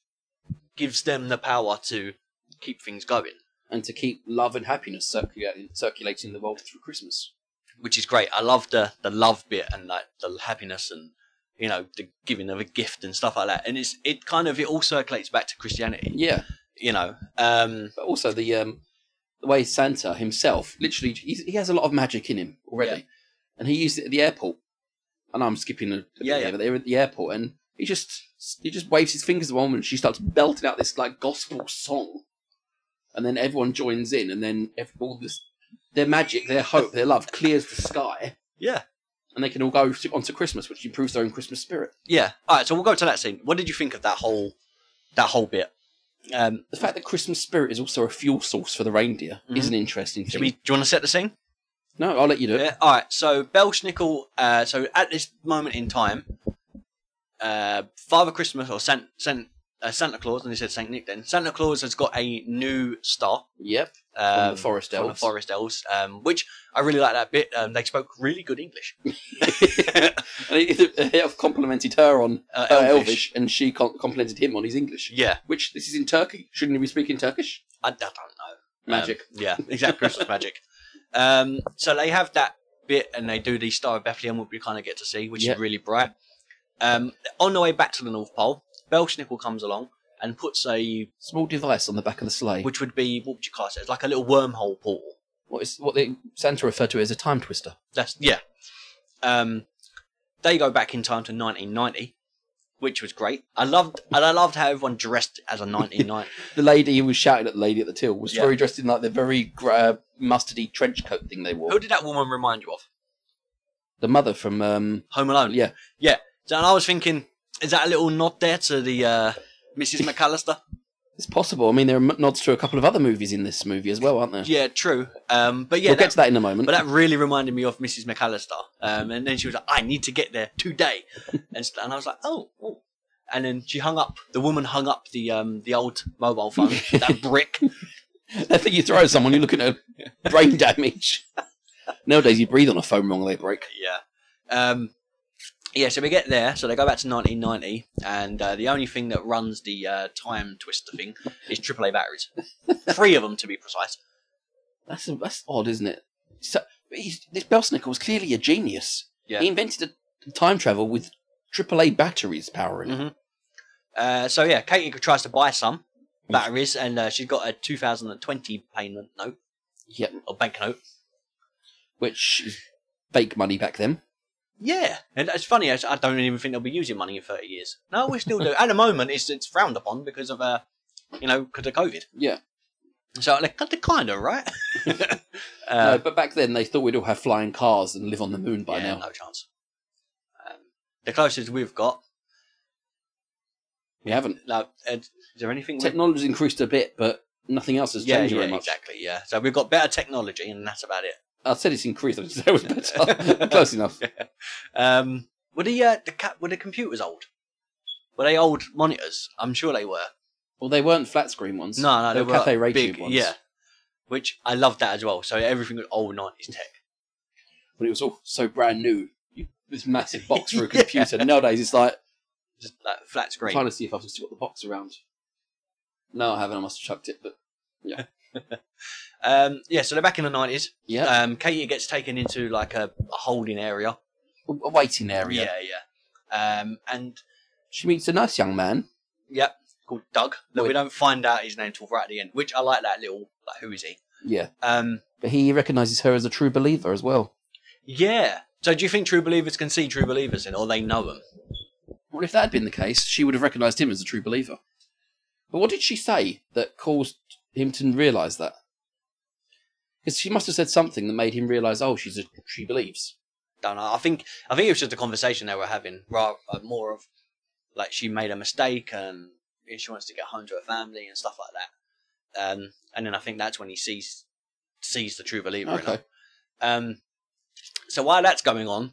A: gives them the power to keep things going,
B: and to keep love and happiness circulating, circulating the world through Christmas.
A: which is great. I love the the love bit and like the happiness and you know the giving of a gift and stuff like that. And it's it kind of it all circulates back to Christianity,
B: Yeah,
A: you know. Um,
B: but also the um the way Santa himself literally he's, he has a lot of magic in him already, and he used it at the airport. And I'm skipping a, a bit
A: Yeah,
B: here,
A: yeah.
B: but they were at the airport and. He just he just waves his fingers at the woman and she starts belting out this like gospel song. and then everyone joins in, and then ev all this, their magic, their hope, their love clears the sky,
A: yeah,
B: and they can all go to, on to Christmas, which improves their own Christmas spirit.
A: yeah. All right, so we'll go to that scene. What did you think of that whole that whole bit? Um,
B: The fact that Christmas spirit is also a fuel source for the reindeer
A: Mhm.
B: is an interesting
A: should
B: thing.
A: we, do you want to set the scene?
B: No, I'll let you do it.
A: Yeah. All right. So Belschnickel. Uh, so at this moment in time, uh, Father Christmas or San, San, uh, Santa Claus, and he said Saint Nick. Then Santa Claus has got a new star.
B: Yep.
A: Um,
B: the Forest
A: from the
B: Elves.
A: Forest Elves, um, which I really like that bit. Um, they spoke really good English.
B: And he, the elf complimented her on
A: Uh,
B: her
A: Elvish.
B: Elvish. and she com- complimented him on his English.
A: Yeah,
B: Which this is in Turkey. Shouldn't he be speaking Turkish?
A: I, I don't know.
B: Magic.
A: Um, yeah, exact Christmas magic. Um, so they have that bit, and they do the Star of Bethlehem, which we kind of get to see, which
B: Yeah.
A: is really bright. Um, on the way back to the North Pole, Belschnickel comes along and puts a,
B: Small device on the back of the sleigh.
A: which would be what would you class it? It's like a little wormhole portal.
B: what is what they, Santa referred to as a time twister.
A: That's yeah. Um, they go back in time to 1990, which was great. I loved, and I loved how everyone dressed as a 1990.
B: The lady who was shouting at the lady at the till was
A: Yeah.
B: very dressed in like the very gr- uh, mustardy trench coat thing they wore.
A: Who did that woman remind you of?
B: The mother from um,
A: Home Alone.
B: Yeah.
A: yeah. So, and I was thinking, is that a little nod there to the uh, Mrs. McAllister.
B: It's possible. I mean, there are m- nods to a couple of other movies in this movie as well, aren't there?
A: Yeah, true. Um, but yeah,
B: we'll get
A: that,
B: to that in a moment.
A: but that really reminded me of Mrs. McAllister. Um, and then she was like, "I need to get there today," and, st- and I was like, "Oh." oh." And then she hung up. The woman hung up the um, the old mobile phone, that brick.
B: that thing you throw at someone, you're looking at brain damage. Nowadays, you breathe on a phone wrong, they break.
A: Yeah. Um, yeah, so we get there. So they go back to 1990, and uh, the only thing that runs the uh, time twister thing is AAA batteries. Three of them, to be precise.
B: That's that's odd, isn't it? So but he's, this Belsnickel was clearly a genius.
A: Yeah.
B: He invented a time travel with AAA batteries powering it.
A: Mhm. Uh, so yeah, Katie tries to buy some
B: Mm.
A: batteries, and uh, she's got a 2020 payment note
B: Yep,
A: or bank note.
B: which is fake money back then.
A: Yeah, and it's funny. I I don't even think they'll be using money in 30 years. No, we still do. At the moment, it's it's frowned upon because of uh, you know, because of COVID.
B: Yeah.
A: So like, they're kind of right.
B: No, Uh, but back then they thought we'd all have flying cars and live on the moon by
A: yeah,
B: now.
A: No chance. Um, the closest we've got.
B: We haven't.
A: Now, Ed, is there anything? we-
B: Technology's increased a bit, but nothing else has
A: yeah,
B: changed
A: yeah,
B: very much.
A: exactly. Yeah. So we've got better technology, and that's about it.
B: I said it's increased. I didn't say it was better. Close enough.
A: Um, were the uh, the cat were the computers old? Were they old monitors? I'm sure they were.
B: Well, they weren't flat screen ones.
A: No, no,
B: they,
A: they,
B: were
A: were
B: cafe ray
A: big,
B: tube ones.
A: Yeah. Which I loved that as well. So everything was old nineties tech.
B: but it was all so brand new. You, this massive box for a
A: Yeah.
B: computer. Nowadays, it's like
A: Just like flat screen.
B: trying to see if I've still got the box around. No, I haven't. I must have chucked it. But
A: Um, yeah. So they're back in the nineties.
B: yeah,
A: Um, Katie gets taken into like a, a holding area.
B: a a waiting area.
A: Yeah, yeah. Um, and
B: She meets a nice young man.
A: Yep, called Doug. That we
B: Wait.
A: don't find out his name till right at the end, which I like that little like who is he?
B: Yeah,
A: Um,
B: but he recognises her as a true believer as well.
A: yeah. So do you think true believers can see true believers in, or they know them?
B: Well, if that had been the case, she would have recognised him as a true believer. But what did she say that caused him to realise that? Because she must have said something that made him realise, oh, she's a, she believes.
A: Don't know. I think I think it was just a conversation they were having, rather uh, more of like she made a mistake and she wants to get home to her family and stuff like that. Um, and then I think that's when he sees sees the true believer. In her.
B: Okay,
A: Um, so while that's going on,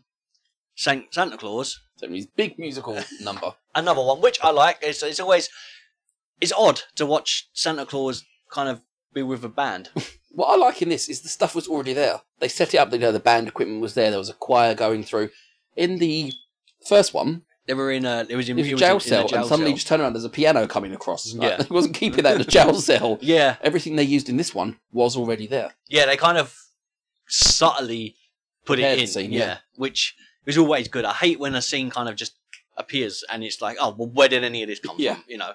A: Saint Santa Claus
B: so his big musical number.
A: another one which I like. It's, it's always it's odd to watch Santa Claus kind of be with a band.
B: What I like in this is the stuff was already there. They set it up. You know, the band equipment was there. There was a choir going through. In the first one,
A: They were in a it was in,
B: it was
A: it
B: a
A: was
B: jail
A: in- in a
B: cell,
A: jail
B: and suddenly
A: cell.
B: you just turn around. There's a piano coming across. It's like,
A: Yeah.
B: he wasn't keeping that in the jail cell.
A: yeah
B: Everything they used in this one was already there.
A: yeah they kind of subtly put it
B: Prepared the
A: in
B: scene,
A: yeah.
B: yeah.
A: which is always good. I hate when a scene kind of just appears and it's like oh well where did any of this come
B: Yeah.
A: from you know.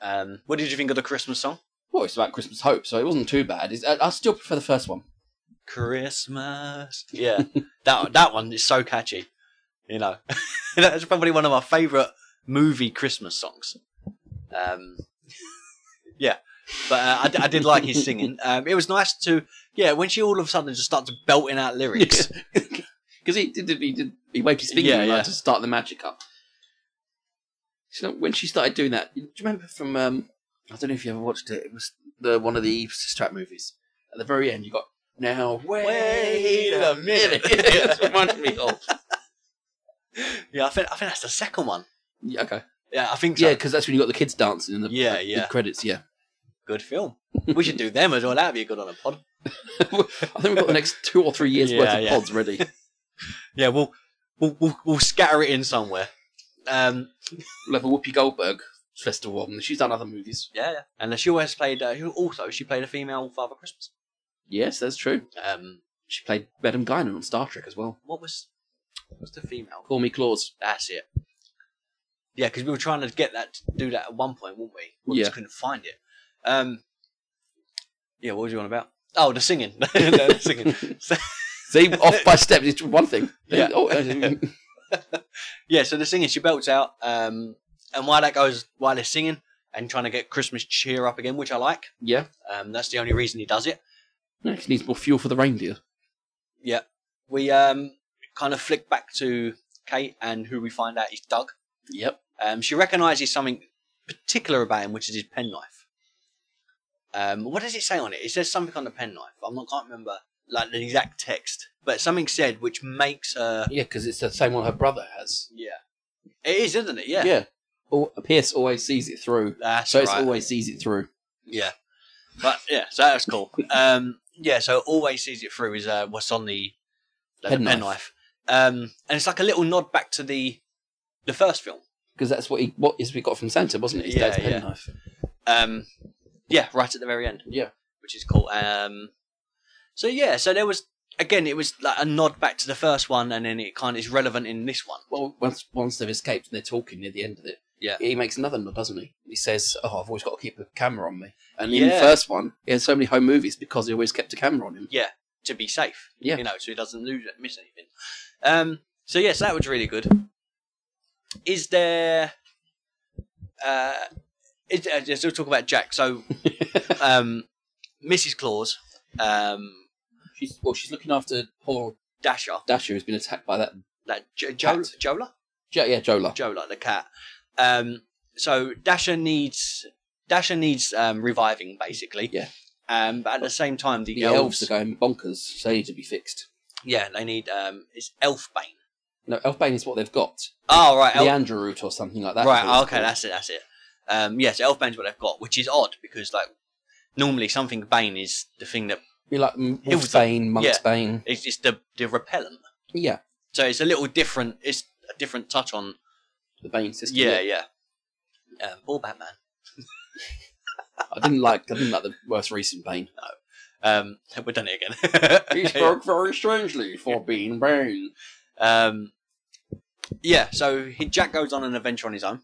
A: Um, what did you think of the Christmas song?
B: Well, it's about Christmas hope, so it wasn't too bad. It's, I, I still prefer the first one.
A: Christmas. Yeah, that that one is so catchy. You know, that's probably one of my favourite movie Christmas songs. Um, yeah, but uh, I, d- I did like his singing. Um, it was nice to yeah when she all of a sudden just starts belting out lyrics.
B: Because he did, he did, he waved his finger
A: Yeah,
B: around
A: yeah.
B: to start the magic up. So when she started doing that, do you remember from? Um, I don't know if you ever watched it. It was the one of the Sister Act movies. At the very end, you got now. Wait, a minute. That's what it reminded me Oh, of.
A: yeah, I think I think that's the second one.
B: Yeah, okay.
A: Yeah, I think so.
B: Yeah, because that's when you got the kids dancing in the
A: Yeah,
B: the
A: yeah.
B: credits. Yeah,
A: Good film. We should do them as well. That'd be good on a pod.
B: I think we've got the next two or three years worth
A: Yeah,
B: of
A: yeah.
B: pods ready.
A: Yeah, we'll we'll we'll, we'll scatter it in somewhere. Um,
B: We'll have a Whoopi Goldberg festival one. She's done other movies.
A: yeah, yeah. and she always played. Uh, also, she played a female Father Christmas.
B: Yes, that's true.
A: Um,
B: She played Madame Guinan on Star Trek as well.
A: what was what was the female?
B: Call me Claus.
A: That's it. Yeah, because we were trying to get that to do that at one point, weren't we? We
B: Yeah.
A: just couldn't find it. Um, yeah, what was you on about? Oh, the singing, the singing. So-
B: See, off by steps is one thing.
A: Yeah.
B: Oh, uh,
A: yeah, so the singing she belts out, um, and while that goes, while they're singing and trying to get Christmas cheer up again, which I like.
B: yeah.
A: Um, that's the only reason he does it.
B: Actually needs more fuel for the reindeer.
A: We um, kind of flick back to Kate and who we find out is Doug.
B: Yep.
A: Um, she recognises something particular about him, which is his penknife. Um, what does it say on it? It says something on the penknife. I'm not can't remember like the exact text, but something said which makes her.
B: Yeah, because it's the same one her brother has.
A: Yeah, it is, isn't it? Yeah,
B: Al- Pierce always sees it through.
A: That's
B: so it's
A: right.
B: always sees it through.
A: Yeah. But yeah, so that's cool. Um, yeah, so always sees it through is uh, what's on the, the
B: Penknife.
A: penknife. Um, and it's like a little nod back to the the first film.
B: Because that's what he what is we got from Santa, wasn't it? His
A: Yeah,
B: dad's
A: yeah.
B: penknife.
A: Um, yeah, right at the very end,
B: Yeah.
A: which is cool. Um, so yeah, so there was again, it was like a nod back to the first one, and then it kind of is relevant in this one.
B: Well, once once they've escaped and they're talking near the end of it,
A: Yeah.
B: he makes another nod, doesn't he? He says, "Oh, I've always got to keep a camera on me." And in the
A: Yeah.
B: first one, he had so many home movies because he always kept a camera on him.
A: to be safe.
B: Yeah.
A: You know, so he doesn't lose it, miss anything. Um, so yes, that was really good. Is there? Uh, is there, just we'll talk about Jack. So, um, Mrs. Claus, um,
B: She's well, she's looking after poor
A: Dasher,
B: Dasher who's been attacked by that.
A: that jo- jo-
B: Cat.
A: Jola,
B: Jo- yeah, Jola.
A: Jola, the cat. Um, so Dasher needs Dasher needs um, reviving, basically.
B: Yeah.
A: Um, but at the same time, the,
B: the elves.
A: elves,
B: are going bonkers, so they need to be fixed.
A: yeah, they need um, it's Elfbane.
B: No, Elfbane is what they've got.
A: Oh right,
B: The
A: Elf-
B: Andrew root or something like that. is
A: right,
B: what it's
A: okay,
B: called.
A: that's it, that's it. Um, yes, Elfbane's what they've got, which is odd because like normally something Bane is the thing that
B: Be like mm,
A: It was
B: Wolf's Bane, Monk's
A: yeah.
B: Bane.
A: it's just the the repellent.
B: Yeah,
A: So it's a little different. It's a different touch on.
B: the Bane system.
A: Yeah, yeah. Um, or Batman.
B: I didn't like. I didn't like the most recent Bane.
A: Um, we've done it again.
B: very strangely for being Bane.
A: um, yeah. So he, Jack goes on an adventure on his own.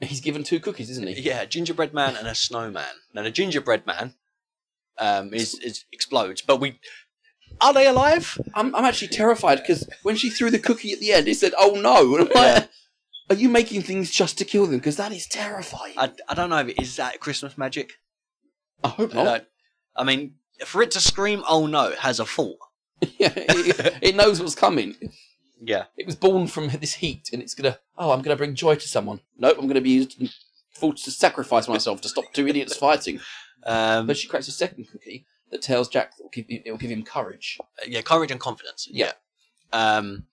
B: He's given two cookies, isn't he?
A: Yeah, a gingerbread man and a snowman. Now the gingerbread man um, is is explodes, but we are they alive?
B: I'm, I'm actually terrified because when she threw the cookie at the end, it said, "Oh no!" And I'm like, "Are you making things just to kill them? Because that is terrifying." I,
A: I, I don't know if it is that Christmas magic.
B: hope
A: You
B: not.
A: know, I mean, for it to scream, oh no, it has a fault.
B: yeah, it, it knows what's coming.
A: Yeah.
B: It was born from this heat, and it's gonna. Oh, I'm gonna bring joy to someone. Nope, I'm gonna be used and forced to sacrifice myself to stop two idiots fighting.
A: Um,
B: But she cracks a second cookie that tells Jack that will give, it will give him courage.
A: yeah, courage and confidence.
B: Yeah.
A: Um,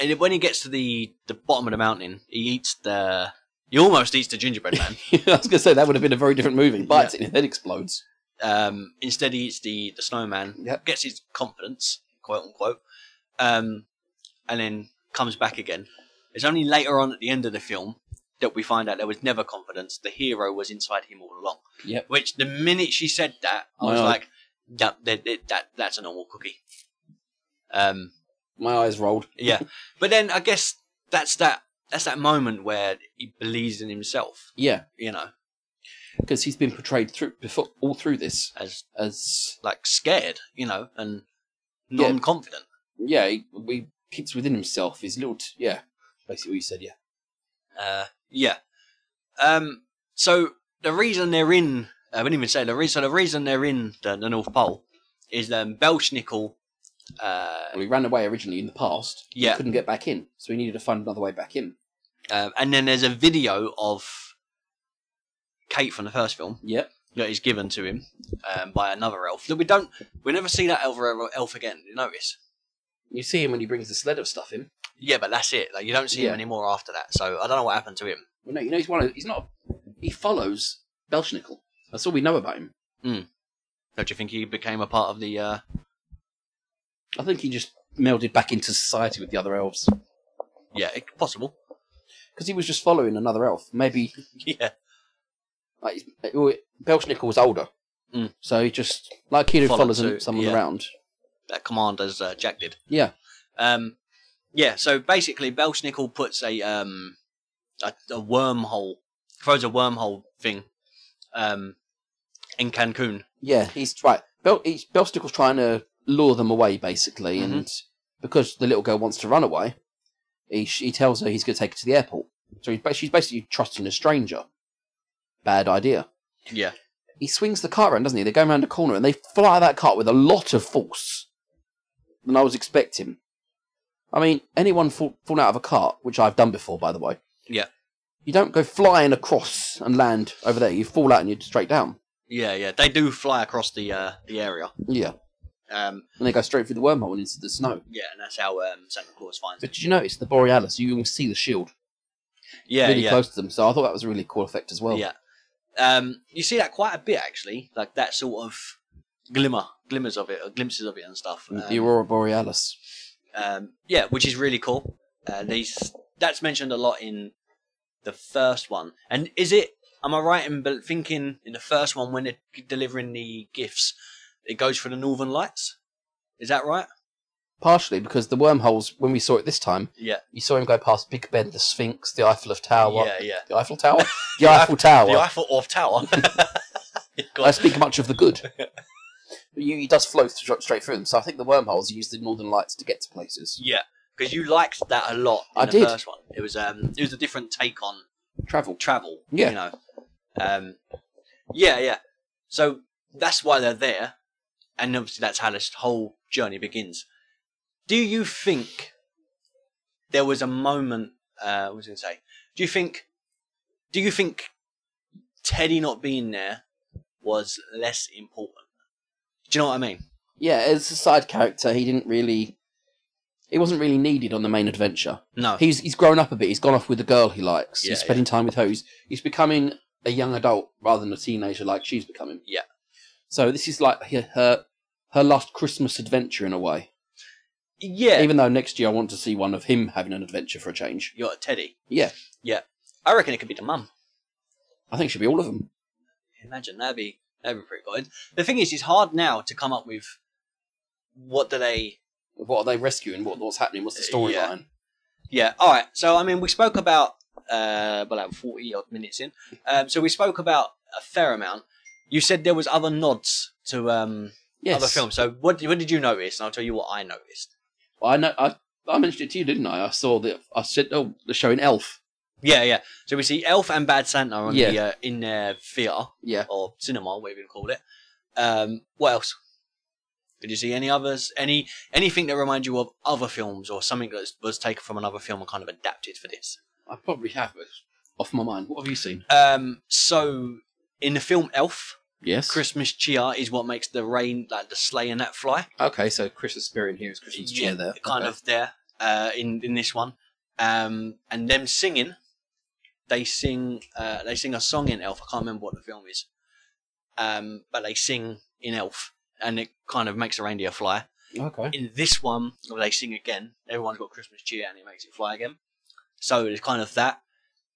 A: and when he gets to the, the bottom of the mountain, he eats the. He almost eats the gingerbread man.
B: I was gonna say that would have been a very different movie, but it then explodes.
A: um, instead, he eats the, the snowman.
B: Yep.
A: Gets his confidence, quote unquote. Um, and then comes back again. It's only later on at the end of the film that we find out there was never confidence. The hero was inside him all along.
B: Yep.
A: Which the minute she said that, I
B: My
A: was
B: eye-
A: like, that, that, that, that- that's a normal cookie. Um,
B: My eyes rolled.
A: yeah. but then I guess that's that. That's that moment where he believes in himself,
B: Yeah,
A: you know,
B: because he's been portrayed through before, all through this
A: as
B: as
A: like scared, you know, and
B: Yeah.
A: non-confident.
B: yeah, he, he keeps within himself. His little t- yeah, basically what you said. Yeah,
A: Uh, yeah. Um, so the reason they're in, I didn't even say the reason. So the reason they're in the, the North Pole is um, Belschnickel. Uh,
B: well, he ran away originally in the past.
A: yeah,
B: couldn't get back in, so he needed to find another way back in.
A: uh, and then there's a video of Kate from the first film
B: Yep.
A: that is given to him um, by another elf. That we don't, we never see that elf, elf again. You notice?
B: You see him when he brings the sled of stuff in.
A: Yeah, but that's it. Like you don't see
B: Yeah.
A: him anymore after that. So I don't know what happened to him.
B: Well, no, you know he's one. Of, he's not. He follows Belschnickel. That's all we know about him.
A: Don't you think he became a part of the? Uh,
B: I think he just melded back into society with the other elves
A: yeah, it, possible.
B: because he was just following another elf. Maybe
A: yeah,
B: like well, Belschnickel was older,
A: Mm.
B: so he just like Kido
A: Followed
B: follows
A: suit,
B: someone
A: yeah.
B: around.
A: that command as uh, Jack did.
B: Yeah.
A: Um, yeah, so basically, Belschnickel puts a um, a, a wormhole, throws a wormhole thing, um, in Cancun.
B: Yeah, he's right. Bel- he's, Belstickle's trying to lure them away, basically,
A: Mhm.
B: and because the little girl wants to run away, he, sh- he tells her he's going to take her to the airport. So he's, ba- she's basically trusting a stranger. Bad idea.
A: Yeah,
B: He swings the cart around, doesn't he? They go around a corner and they fly that cart with a lot of force than I was expecting. I mean, anyone fall, falling out of a cart, which I've done before, by the way.
A: Yeah.
B: You don't go flying across and land over there. You fall out and you're straight down.
A: Yeah, yeah. They do fly across the uh, the area.
B: Yeah.
A: Um,
B: And they go straight through the wormhole and into the snow.
A: yeah, and that's how um, Santa Claus finds
B: But
A: it.
B: did you notice the Borealis? You can see the shield
A: Yeah,
B: really
A: yeah,
B: close to them. So I thought that was a really cool effect as well.
A: yeah. Um, you see that quite a bit actually, like that sort of glimmer, glimmers of it, or glimpses of it and stuff. Um,
B: The Aurora Borealis.
A: um, yeah, which is really cool. Uh, these that's mentioned a lot in the first one. And is it? Am I right in bel- thinking in the first one when they're delivering the gifts, it goes for the Northern Lights? Is that right?
B: Partially because the wormholes, when we saw it this time,
A: Yeah,
B: you saw him go past Big Ben, the Sphinx, the Eiffel of Tower.
A: yeah, yeah.
B: The Eiffel Tower? The Eiffel Tower.
A: The Eiffel of Tower.
B: I speak much of the good. But you, he does flow thro- straight through them. So I think the wormholes use the northern lights to get to places.
A: Yeah, because you liked that a lot. In
B: I
A: the
B: did.
A: First one, it was um, it was a different take on
B: Travel.
A: travel.
B: Yeah.
A: you know, um, yeah, yeah. So that's why they're there, and obviously that's how this whole journey begins. Do you think there was a moment? Uh, what was I going to say? Do you think? Do you think Teddy not being there was less important? Do you know what I mean?
B: Yeah, as a side character, he didn't really. He wasn't really needed on the main adventure.
A: No.
B: Uh, He's he's grown up a bit. He's gone off with the girl he likes.
A: Yeah,
B: he's spending time with her. He's, he's becoming a young adult rather than a teenager like she's becoming.
A: Yeah.
B: So this is like her her, her last Christmas adventure in a way.
A: yeah.
B: Even though next year I want to see one of him having an adventure for a change.
A: You're Teddy.
B: Yeah.
A: Yeah. I reckon it could be the mum.
B: I think it should be all of them.
A: Imagine that'd be that'd be pretty good. The thing is, it's hard now to come up with what do they.
B: What are they rescuing? What what's happening? What's the
A: Uh, yeah.
B: storyline?
A: Yeah. All right. So I mean, we spoke about uh, well, like forty odd minutes in. Um, so we spoke about a fair amount. You said there was other nods to um,
B: Yes.
A: other films. So what what did you notice? And I'll tell you what I noticed.
B: Well, I know. I, I mentioned it to you, didn't I? I saw that. I said, "Oh, they're showing Elf."
A: Yeah, yeah. So we see Elf and Bad Santa on the
B: Yeah.
A: uh, in their theater
B: Yeah.
A: or cinema, whatever you call it. Um, what else? Did you see any others? Any anything that reminds you of other films or something that was taken from another film and kind of adapted for this?
B: I probably have it off my mind. What have you seen?
A: Um, so in the film Elf,
B: Yes.
A: Christmas cheer is what makes the rain like the sleigh and that fly.
B: Okay, so Christmas spirit here is Christmas cheer
A: Yeah,
B: there.
A: kind
B: Okay.
A: of there uh, in in this one, um, and them singing. They sing uh, they sing a song in Elf. I can't remember what the film is, um, but they sing in Elf, and it kind of makes a reindeer fly.
B: Okay.
A: In this one, they sing again. Everyone's got Christmas cheer, and it makes it fly again. So it's kind of that.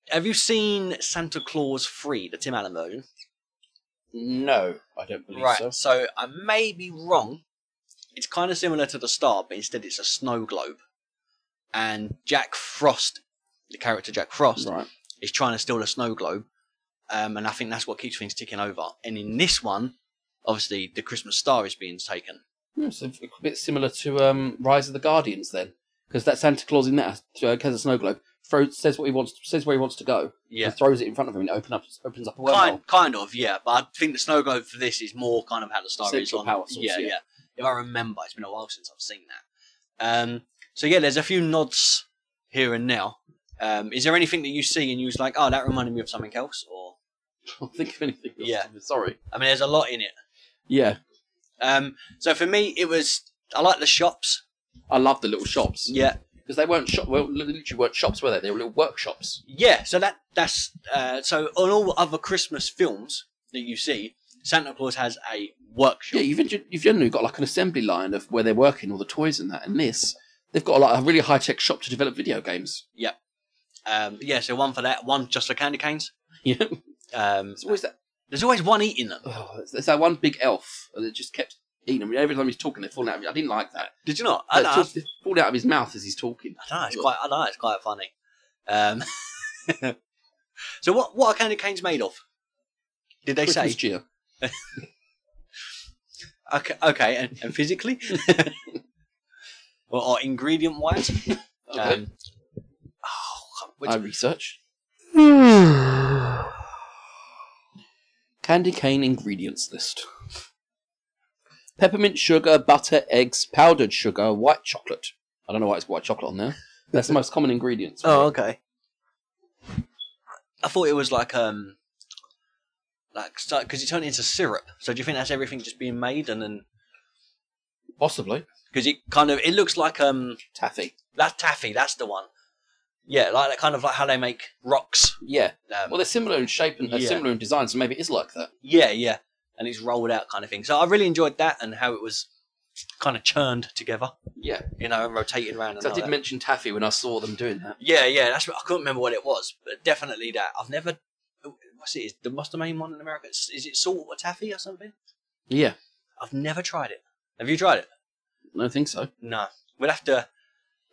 A: Have you seen Santa Claus Three, the Tim Allen version?
B: No, I don't believe
A: Right.
B: so.
A: So. I may be wrong. It's kind of similar to the star, but instead it's a snow globe. And Jack Frost, the character Jack Frost,
B: Right.
A: is trying to steal the snow globe. Um, and I think that's what keeps things ticking over. And in this one, obviously the Christmas star is being taken.
B: Yeah, so it's a bit similar to um, Rise of the Guardians then, because that Santa Claus in that uh, has a snow globe. Throws, says what he wants. Says where he wants to go.
A: Yeah.
B: And throws it in front of him and open up, opens up a wormhole.
A: Kind, kind of, yeah. But I think the snow globe for this is more kind of how the star is
B: Central
A: on.
B: power source,
A: yeah,
B: yeah.
A: yeah. If I remember, it's been a while since I've seen that. Um, so yeah, there's a few nods here and now. Um, is there anything that you see and you was like, oh, that reminded me of something else? Or
B: Can't think of anything. Else.
A: Yeah.
B: Sorry.
A: I mean, there's a lot in it.
B: Yeah.
A: Um, so for me, it was I like the shops.
B: I love the little shops.
A: Yeah,
B: because they weren't shop. Well, literally weren't shops, were they? They were little workshops.
A: yeah. So that that's uh, so on all other Christmas films that you see, Santa Claus has a workshop.
B: Yeah, you've, gen- you've generally got like an assembly line of where they're working all the toys and that. And this, they've got like a really high tech shop to develop video games.
A: Um, yeah. So one for that, one just for candy canes.
B: Yeah,
A: Um,
B: it's always that.
A: There's always one eating them.
B: Oh, it's, it's that one big elf that just kept eating them. Every time he's talking, they're falling out. of his- I didn't like that.
A: Did you not? I
B: They're
A: know.
B: talk- they're falling out of his mouth as he's talking.
A: I know. It's quite. I know. It's quite funny. Um, so what? What are candy canes made of? Did they
B: Christmas
A: say?
B: cheer.
A: Okay. Okay. And, and physically, or, or ingredient wise,
B: Okay.
A: um, oh, which,
B: I research. Candy cane ingredients list. Peppermint sugar, butter, eggs, powdered sugar, white chocolate. Oh, I don't know why it's white chocolate on there. That's the most common ingredients.
A: oh, okay. I thought it was like um, like because it turned into syrup. So do you think that's everything just being made and then
B: Possibly.
A: because it kind of it looks like um
B: Taffy.
A: that's taffy. That's the one. Yeah, like that kind of like how they make rocks.
B: Yeah.
A: Um,
B: Well, they're similar in shape and uh,
A: Yeah.
B: similar in design, so maybe it is like that.
A: yeah, yeah, and it's rolled out kind of thing. So I really enjoyed that and how it was kind of churned together,
B: Yeah.
A: you know, and rotating around. And
B: So I
A: all
B: did
A: that.
B: mention Taffy when I saw them doing that.
A: Yeah, yeah, that's what I couldn't remember what it was, but definitely that. I've never. What's it? Is the what's the main one in America? Is is it saltwater taffy or something?
B: Yeah.
A: I've never tried it. Have you tried it?
B: I don't think so.
A: No. We'll have to.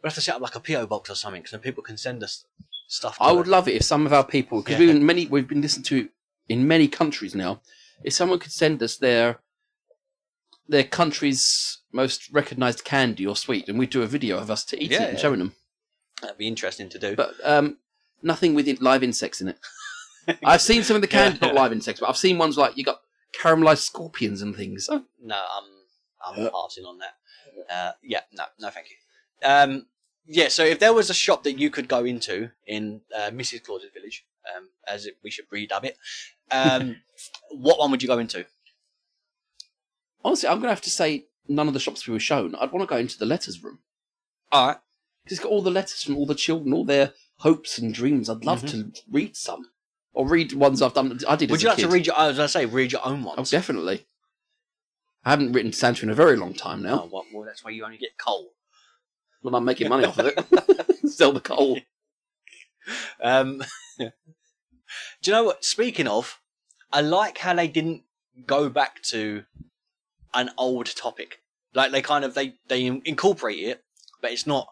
A: We'll have to set up like a PO box or something, so people can send us stuff. to
B: I would
A: it.
B: love it if some of our people, because
A: Yeah.
B: we've been many, we've been listened to in many countries now. If someone could send us their their country's most recognised candy or sweet, and we'd do a video of us to eating it and
A: Yeah.
B: showing them.
A: That'd be interesting to do.
B: But um, nothing with it, live insects in it. I've seen some of the candy,
A: Yeah.
B: not live insects, but I've seen ones like you got caramelised scorpions and things. Oh,
A: no, I'm I'm
B: Yeah.
A: passing on that. Uh, yeah, no, no, thank you. Um, yeah, so if there was a shop that you could go into in uh, Mrs. Claus's village, um, as it, we should redub it, um, what one would you go into?
B: honestly, I'm going to have to say none of the shops we were shown. I'd want to go into the letters room
A: All right.
B: because it's got all the letters from all the children, all their hopes and dreams. I'd love to read some or read ones I've done. I did.
A: Mm-hmm. Would
B: as
A: you
B: a
A: like to
B: kid.
A: read your? I was gonna say read your own ones.
B: Oh, definitely. I haven't written Santa in a very long time
A: Oh,
B: now,
A: well, well, that's why you only get coal.
B: but I'm making money off of it. Sell the coal.
A: Um, do you know what? Speaking of, I like how they didn't go back to an old topic. Like they kind of they they in- incorporate it, but it's not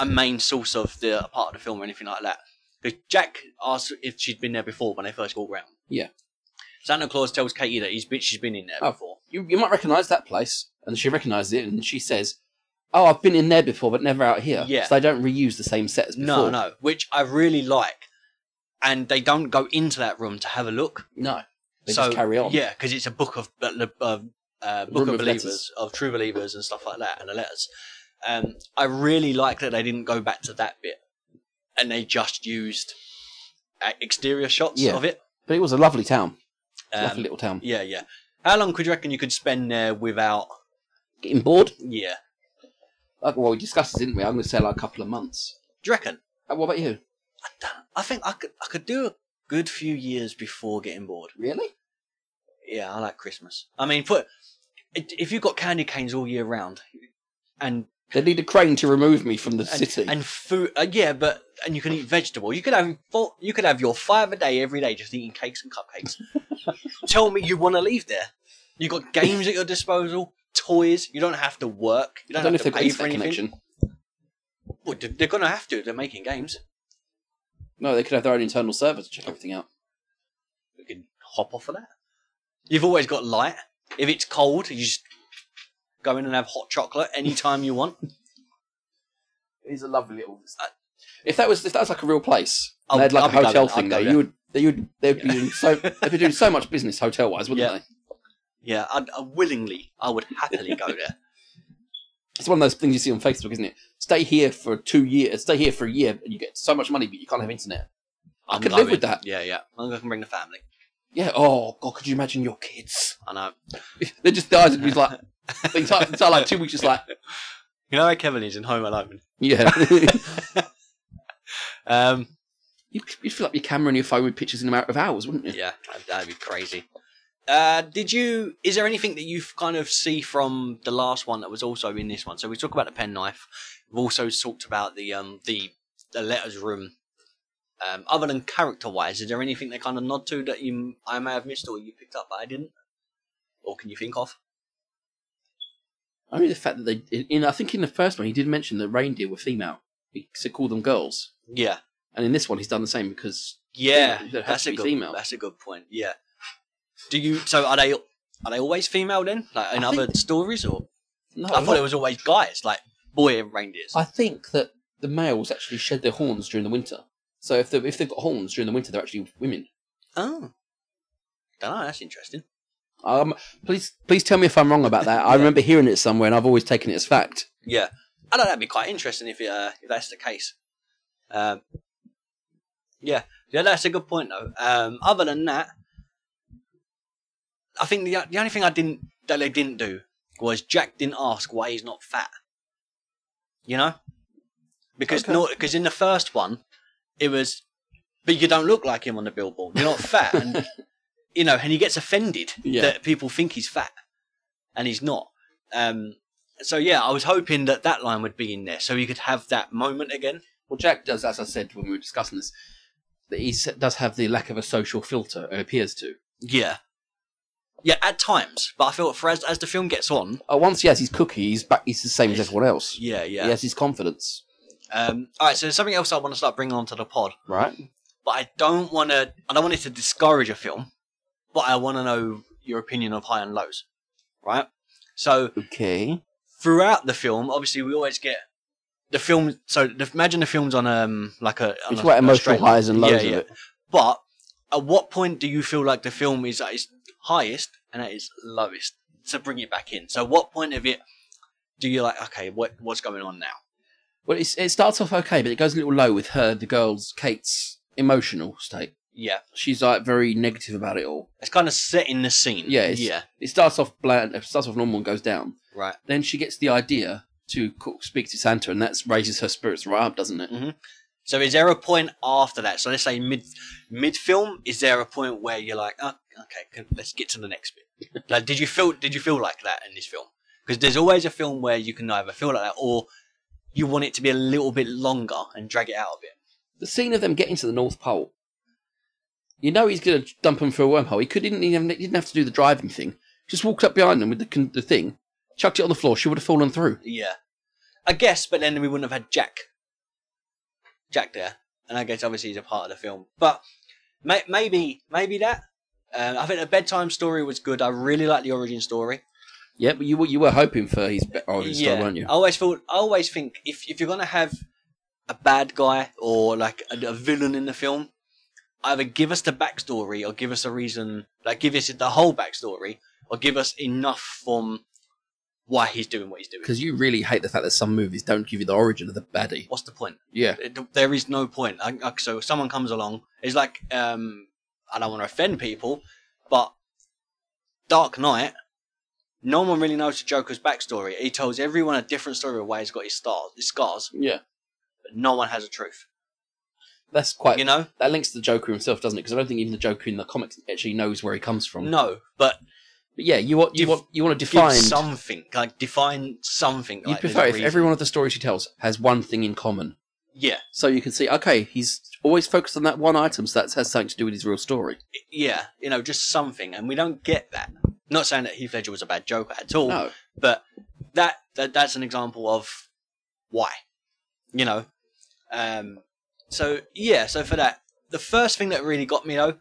A: a main source of the a part of the film or anything like that. Because Jack asks if she'd been there before when they first walk round.
B: Yeah.
A: Santa Claus tells Katie that he's been, she's been in there
B: Oh.
A: before.
B: You, you might recognise that place, and she recognises it, and she says, "Oh, I've been in there before, but never out here."
A: Yeah.
B: So they don't reuse the same set as before.
A: No, no, which I really like. And they don't go into that room to have a look.
B: no. They just carry on.
A: Yeah, because it's a book of uh, uh, book
B: Room
A: of
B: of
A: believers
B: letters.
A: of true believers and stuff like that, and the letters. Um, I really like that they didn't go back to that bit, and they just used uh, exterior shots
B: Yeah.
A: of it.
B: But it was a lovely town, It's a lovely
A: Um,
B: little town.
A: yeah, yeah. How long could you reckon you could spend there without?
B: Getting bored?
A: Yeah,
B: Like, well, we discussed it, didn't we? I'm going to say like a couple of months.
A: do you reckon?
B: Uh, what about you?
A: I, don't- I think I could. I could do a good few years before getting bored.
B: Really?
A: Yeah, I like Christmas. I mean, put if you've got candy canes all year round, and
B: They need a crane to remove me from the
A: and,
B: city.
A: and food. Uh, yeah, but and you can eat vegetable. You could have four, you could have your five a day every day, just eating cakes and cupcakes. Tell me you want to leave there. You got games at your disposal, toys. You don't have to work. You
B: I
A: don't,
B: don't know if
A: have to pay
B: they've got
A: for
B: internet
A: anything.
B: connection.
A: Well, they- they're gonna have to. They're making games.
B: No, they could have their own internal server to check everything out.
A: We can hop off of that. You've always got light. If it's cold, you just go in and have hot chocolate anytime you want.
B: It's a lovely little.
A: Uh,
B: If that was if that was like a real place,
A: I'll-
B: and they had like
A: I'll
B: a
A: be going
B: hotel
A: there,
B: thing
A: I'll
B: though,
A: go
B: you would they would they would be doing so they'd be doing so much business hotel wise, wouldn't
A: Yeah.
B: they?
A: Yeah, I'd, I willingly, I would happily go there.
B: It's one of those things you see on Facebook, isn't it? Stay here for two years, stay here for a year, and you get so much money, but you can't have internet. I
A: I'm
B: could live
A: going.
B: with that.
A: Yeah, yeah. I'm gonna bring the family.
B: Yeah. Oh God, could you imagine your kids?
A: I know.
B: They just dies and he's like, they start, start like two weeks, just like
A: You know how Kevin is in Home Alone.
B: yeah.
A: Um,
B: you'd, you'd fill up your camera and your phone with pictures in a matter of hours, wouldn't you?
A: yeah, that'd- that'd be crazy. Uh, did you? Is there anything that you kind of see from the last one that was also in this one? So we talk about the penknife. We've also talked about the um the the letters room. Um, other than character wise, is there anything they kind of nod to that you I may have missed or you picked up but I didn't, or can you think of?
B: Only the fact that they, in, in I think in the first one, he did mention that reindeer were female. He said call them girls,
A: Yeah,
B: and in this one, he's done the same because
A: yeah,
B: Female. It has
A: that's
B: to
A: a
B: be
A: good
B: female.
A: that's a good point. Yeah. Do you? So are they? Are they always female then? Like in
B: I
A: other
B: think-
A: stories or?
B: no,
A: I thought it was always guys, like boy reindeers.
B: I think that the males actually shed their horns during the winter. So if they if they've got horns during the winter, they're actually women.
A: Oh. Don't know, that's interesting.
B: Um, please please tell me if I'm wrong about that. I
A: Yeah.
B: remember hearing it somewhere, and I've always taken it as fact.
A: Yeah. I know that'd be quite interesting if, it, uh, if that's the case. Um, yeah. Yeah, that's a good point though. Um, other than that, I think the the only thing I didn't that they didn't do was Jack didn't ask why he's not fat. You know, because
B: Okay.
A: not because in the first one, it was, but you don't look like him on the billboard. You're not fat, and you know, and he gets offended
B: Yeah.
A: that people think he's fat, and he's not. Um, so yeah, I was hoping that that line would be in there, so you could have that moment again.
B: Well, Jack does, as I said when we were discussing this, that he s- does have the lack of a social filter. It appears to.
A: Yeah. Yeah, at times. But I feel for as, as the film gets on.
B: Uh, once he has his cookie, he's back. He's the same as everyone else.
A: Yeah, yeah.
B: He has his confidence,
A: Um, all right, so there's something else I want to start bringing onto the pod.
B: right?
A: But I don't want to. I don't want it to discourage a film. But I want to know your opinion of high and lows. Right? So
B: Okay.
A: throughout the film, obviously, we always get. The film, so the, imagine the film's on um like a. on
B: It's
A: a-
B: like
A: a
B: emotional
A: straight line.
B: highs and lows
A: Yeah,
B: of
A: yeah.
B: it.
A: But at what point do you feel like the film is at its highest and at its lowest to bring it back in? So, what point of it do you like? Okay, what what's going on now?
B: Well, it's, it starts off okay, but it goes a little low with her, the girl's, Kate's emotional state.
A: Yeah,
B: She's like very negative about it all.
A: it's kind of setting the scene.
B: Yeah, it's-
A: yeah,
B: It starts off bland, it starts off normal and goes down.
A: right.
B: Then she gets the idea to cook, speak to Santa, and that raises her spirits right up, doesn't it?
A: So, is there a point after that? So, let's say mid mid film. Is there a point where you're like, oh, okay, good, let's get to the next bit? like, did you feel did you feel like that in this film? Because there's always a film where you can either feel like that or you want it to be a little bit longer and drag it out a bit.
B: The scene of them getting to the North Pole. You know he's going to dump them through a wormhole. He could didn't even he didn't have to do the driving thing. Just walked up behind them with the con- the thing, chucked it on the floor. She would have fallen through.
A: Yeah. I guess, but then we wouldn't have had Jack. Jack there. And I guess obviously he's a part of the film. But may- maybe, maybe that. Um, I think the bedtime story was good. I really like the origin story.
B: Yeah, but you were you were hoping for his be- origin story, weren't you?
A: I always thought, I always think if, if you're gonna have a bad guy or like a, a villain in the film, either give us the backstory or give us a reason, like give us the whole backstory or give us enough from why he's doing what he's doing.
B: Because you really hate the fact that some movies don't give you the origin of the baddie.
A: What's the point?
B: Yeah,
A: it- there is no point. I, I, so if someone comes along, it's like um, I don't want to offend people, but Dark Knight, no one really knows the Joker's backstory. He tells everyone a different story of why he's got his stars, his scars,
B: yeah.
A: but no one has a truth.
B: That's quite
A: You know?
B: that links to the Joker himself, doesn't it? Because I don't think even the Joker in the comics actually knows where he comes from.
A: No, but
B: But yeah, you want you
A: Give-
B: want you want to
A: give
B: define.
A: something, like define something.
B: you'd
A: like, there's
B: prefer
A: a
B: if
A: reason.
B: every one of the stories he tells has one thing in common,
A: Yeah,
B: so you can see okay, he's always focused on that one item, so that has something to do with his real story.
A: yeah, you know, just something, and we don't get that. Not saying that Heath Ledger was a bad Joker at all,
B: No,
A: but that, that that's an example of why you know um so yeah so for that the first thing that really got me though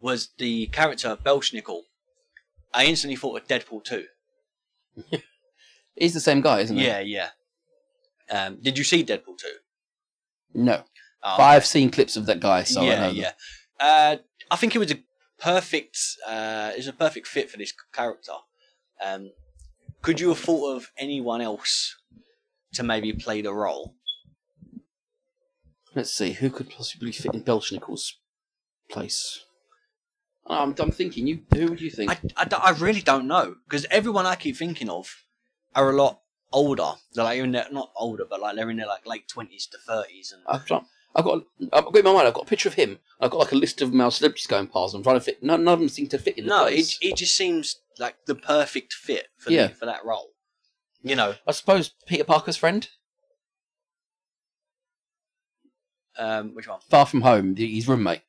A: was the character of Belschnickel. I instantly thought of Deadpool 2.
B: he's the same guy, isn't he?
A: Yeah, yeah. Um, did you see Deadpool 2?
B: No,
A: Oh,
B: but I've seen clips of that guy, so I
A: yeah,
B: know.
A: yeah. Uh, I think it was a perfect, uh, it was a perfect fit for this c- character. Um, could you have thought of anyone else to maybe play the role?
B: Let's see who could possibly fit in Belschnickel's place. Ah, I'm, I'm thinking you. Who do you think?
A: I, I don't- I really don't know because everyone I keep thinking of are a lot older. They're like in their, not older, but like they're in their like late twenties to thirties, and
B: I've, got- I've got, I've got in my mind. I've got a picture of him. I've got like a list of male celebrities going past. I'm trying to fit. None, none of them seem to fit in. The
A: no, it
B: place.
A: it just seems like the perfect fit for
B: Yeah.
A: the, for that role. You know,
B: I suppose Peter Parker's friend,
A: um, which one?
B: Far From Home, the- his roommate.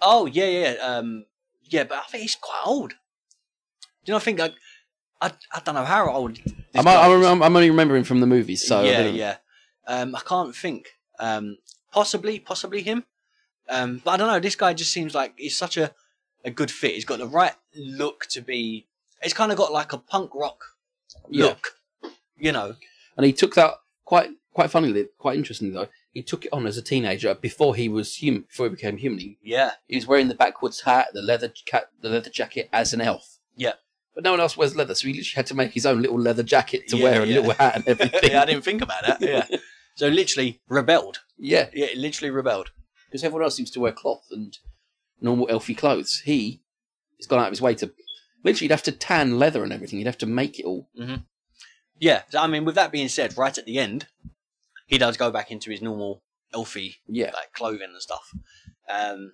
A: Oh yeah, yeah, um, yeah. But I think he's quite old. Do you not think like I I don't know how old. this
B: I'm,
A: guy is.
B: I'm, I'm, I'm only remembering from the movies, so I
A: yeah,
B: didn't-
A: yeah. Um, I can't think. Um, possibly, possibly him. Um, but I don't know. This guy just seems like he's such a, a good fit. He's got the right look to be. It's kind of got like a punk rock
B: Yeah.
A: look, you know.
B: And he took that quite, quite funnily, quite interestingly though. He took it on as a teenager before he was human, before he became human.
A: Yeah,
B: He was wearing the backwards hat, the leather cat, the leather jacket as an elf.
A: Yeah.
B: But no one else wears leather, so he literally had to make his own little leather jacket to
A: Yeah,
B: wear and
A: yeah.
B: little hat and everything.
A: yeah. I didn't think about that. Yeah. so literally rebelled.
B: yeah.
A: Yeah, literally rebelled.
B: because everyone else seems to wear cloth and normal elfy clothes. He has gone out of his way to literally you'd have to tan leather and everything. You'd have to make it all.
A: Yeah, so, I mean, with that being said, right at the end, he does go back into his normal elfy
B: Yeah,
A: like clothing and stuff. Um,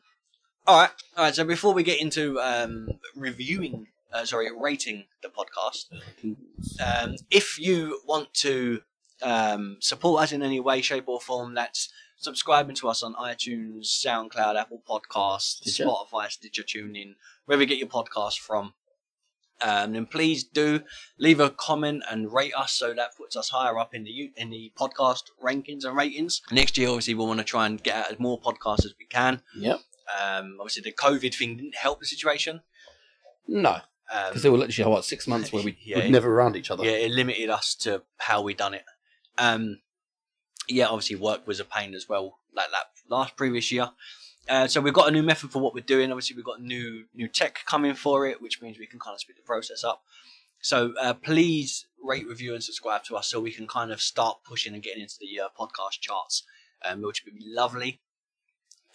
A: all right, all right. So before we get into um, reviewing, uh, sorry, rating the podcast, um, if you want to um, support us in any way, shape, or form, that's subscribing to us on iTunes, SoundCloud, Apple Podcasts,
B: Stitcher.
A: Spotify, Stitcher, TuneIn, wherever you get your podcast from. Um, then please do leave a comment and rate us, so that puts us higher up in the u- in the podcast rankings and ratings. Next year, obviously, we'll want to try and get out as more podcasts as we can.
B: yeah.
A: Um, obviously, the COVID thing didn't help the situation.
B: No,
A: Um,
B: because there were literally what six months where we
A: Yeah,
B: would
A: it-
B: never around each other.
A: Yeah, it limited us to how we done it. Um, yeah, obviously work was a pain as well, like that last previous year. Uh, so we've got a new method for what we're doing. Obviously, we've got new new tech coming for it, which means we can kind of speed the process up. So uh, please rate, review, and subscribe to us so we can kind of start pushing and getting into the uh, podcast charts, um, which would be lovely.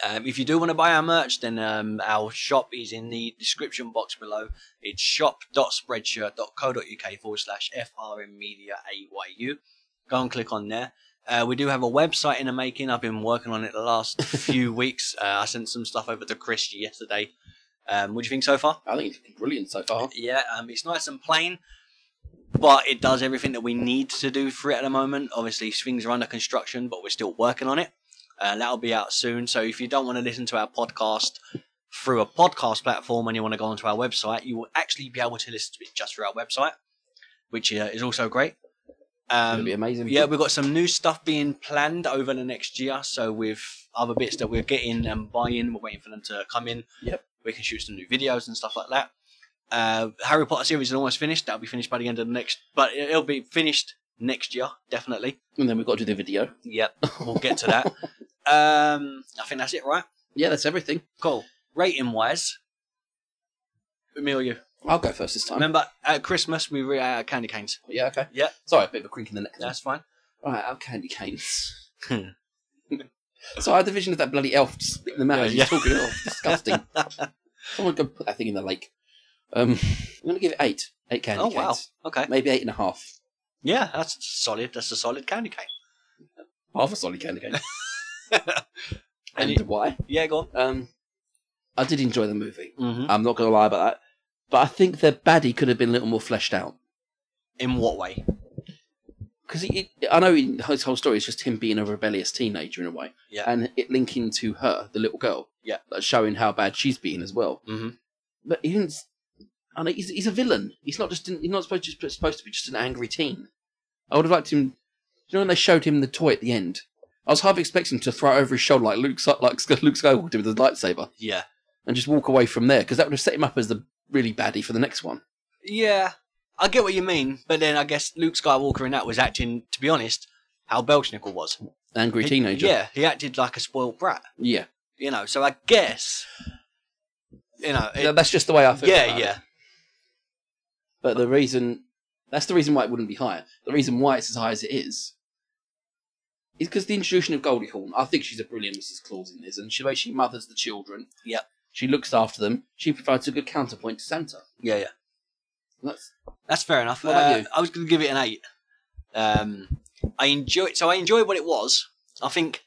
A: Um, if you do want to buy our merch, then um, our shop is in the description box below. It's shop.spreadshirt.co.uk forward slash FRM Media AYU. Go and click on there. Uh, we do have a website in the making. I've been working on it the last few weeks. Uh, I sent some stuff over to Chris yesterday. Um, what do you think so far?
B: I think it's brilliant so far.
A: Yeah, um, it's nice and plain, but it does everything that we need to do for it at the moment. Obviously, things are under construction, but we're still working on it. Uh, that'll be out soon. So if you don't want to listen to our podcast through a podcast platform and you want to go onto our website, you will actually be able to listen to it just through our website, which uh, is also great.
B: It'll
A: Um,
B: be amazing.
A: yeah, we've got some new stuff being planned over the next year. So with other bits that we're getting and buying, we're waiting for them to come in.
B: Yep.
A: We can shoot some new videos and stuff like that. Uh, Harry Potter series is almost finished. That'll be finished by the end of the next, but it- it'll be finished next year, definitely.
B: and then we've got to do the video.
A: Yep. We'll get to that. um, I think that's it, right?
B: Yeah, that's everything.
A: Cool. Rating wise, me or you?
B: I'll go first this time.
A: Remember at Christmas we re- uh, candy canes.
B: Yeah, okay.
A: Yeah.
B: Sorry, a bit of a crink in the neck. there.
A: That's fine.
B: Right, our candy canes. so I had the vision of that bloody elf just spitting them out
A: Yeah,
B: as
A: yeah.
B: he's talking. Oh, disgusting. Someone go put that thing in the lake. Um, I'm going to give it eight. Eight candy
A: oh
B: canes.
A: wow. Okay.
B: Maybe eight and a half.
A: Yeah, that's solid. That's a solid candy cane.
B: Half a solid candy cane.
A: And
B: and
A: you-
B: why?
A: Yeah, go on.
B: Um, I did enjoy the movie.
A: Mm-hmm.
B: I'm not going to lie about that. But I think the baddie could have been a little more fleshed out.
A: In what way?
B: because I know in his whole story is just him being a rebellious teenager in a way,
A: Yeah.
B: and it linking to her, the little girl,
A: Yeah.
B: like showing how bad she's been as well.
A: Mhm.
B: But he didn't. s- I know he's, he's a villain. He's not just an, he's not supposed to, just supposed to be just an angry teen. I would have liked him. You know when they showed him the toy at the end, I was half expecting him to throw it over his shoulder like Luke Sc- like Sc- Luke Skywalker did with his lightsaber
A: Yeah.
B: and just walk away from there because that would have set him up as the really baddie for the next one.
A: Yeah. I get what you mean, but then I guess Luke Skywalker in that was acting, to be honest, how Belchnickel was.
B: Angry
A: He-
B: teenager.
A: Yeah, he acted like a spoiled brat,
B: yeah.
A: you know, so I guess, you know, it-
B: That's just the way I feel.
A: yeah,
B: about it.
A: yeah.
B: But the reason that's the reason why it wouldn't be higher. The reason why it's as high as it is is because the introduction of Goldie Hawn. I think she's a brilliant Mrs. Claus in this, and she the way she mothers the children.
A: Yep.
B: She looks after them. She provides a good counterpoint to Santa.
A: Yeah, yeah.
B: That's
A: That's fair enough.
B: What about
A: Uh,
B: you?
A: I was going to give it an eight. Um, I enjoyed, so I enjoyed what it was. I think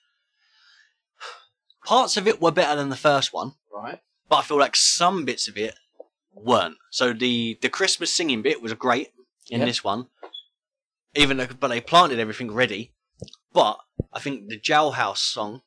A: parts of it were better than the first one.
B: right.
A: but I feel like some bits of it weren't. So the the Christmas singing bit was great in
B: Yeah.
A: this one, even though but they planted everything ready. But I think the Jailhouse song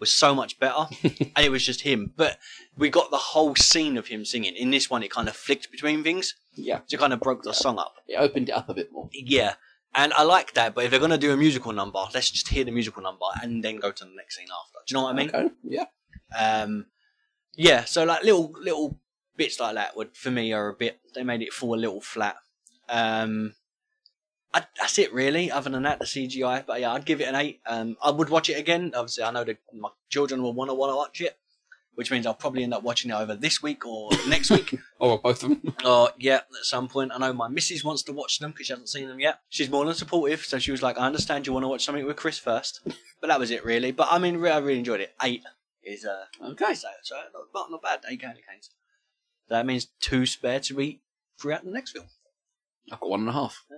A: was so much better, and it was just him. But we got the whole scene of him singing. In this one, it kind of flicked between things,
B: Yeah.
A: so it kind of broke the song up.
B: It opened it up a bit more.
A: Yeah. And I like that, but if they're gonna do a musical number, let's just hear the musical number and then go to the next scene after. Do you know what I mean?
B: okay. yeah.
A: Um, yeah, so like little little bits like that would for me are a bit they made it fall a little flat. Um, I, that's it really. Other than that, the CGI. But yeah, I'd give it an eight. Um, I would watch it again. Obviously, I know that my children will want to want to watch it, which means I'll probably end up watching it over this week or next week.
B: Oh, both of them.
A: or yeah, at some point. I know my missus wants to watch them because she hasn't seen them yet. She's more than supportive, so she was like, "I understand you want to watch something with Chris first. But that was it really. But I mean, re- I really enjoyed it. Eight. is uh,
B: Okay.
A: so, so not, not bad. Eight candy canes. That means two spare to eat throughout the next film.
B: I've got one and a half.
A: Yeah.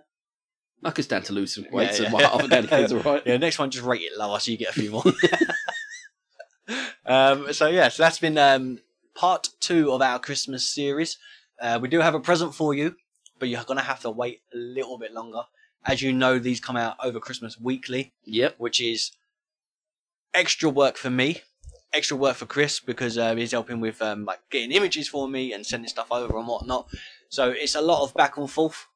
B: I could stand to lose some weight,
A: Yeah,
B: so
A: yeah.
B: my half a daddy kids are right.
A: Yeah, next one just rate it lower so you get a few more. um, so yeah, so that's been um, part two of our Christmas series. Uh, we do have a present for you, but you're gonna have to wait a little bit longer. As you know, these come out over Christmas weekly,
B: Yep.
A: which is extra work for me, extra work for Chris because um, he's helping with um, like getting images for me and sending stuff over and whatnot. So it's a lot of back and forth,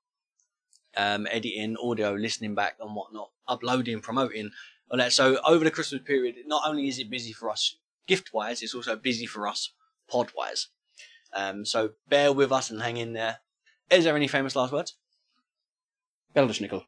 A: um, editing, audio, listening back and whatnot, uploading, promoting, all that. So over the Christmas period, not only is it busy for us gift wise, it's also busy for us pod wise. Um, so bear with us and hang in there. Is there any famous last words?
B: Belishnickel.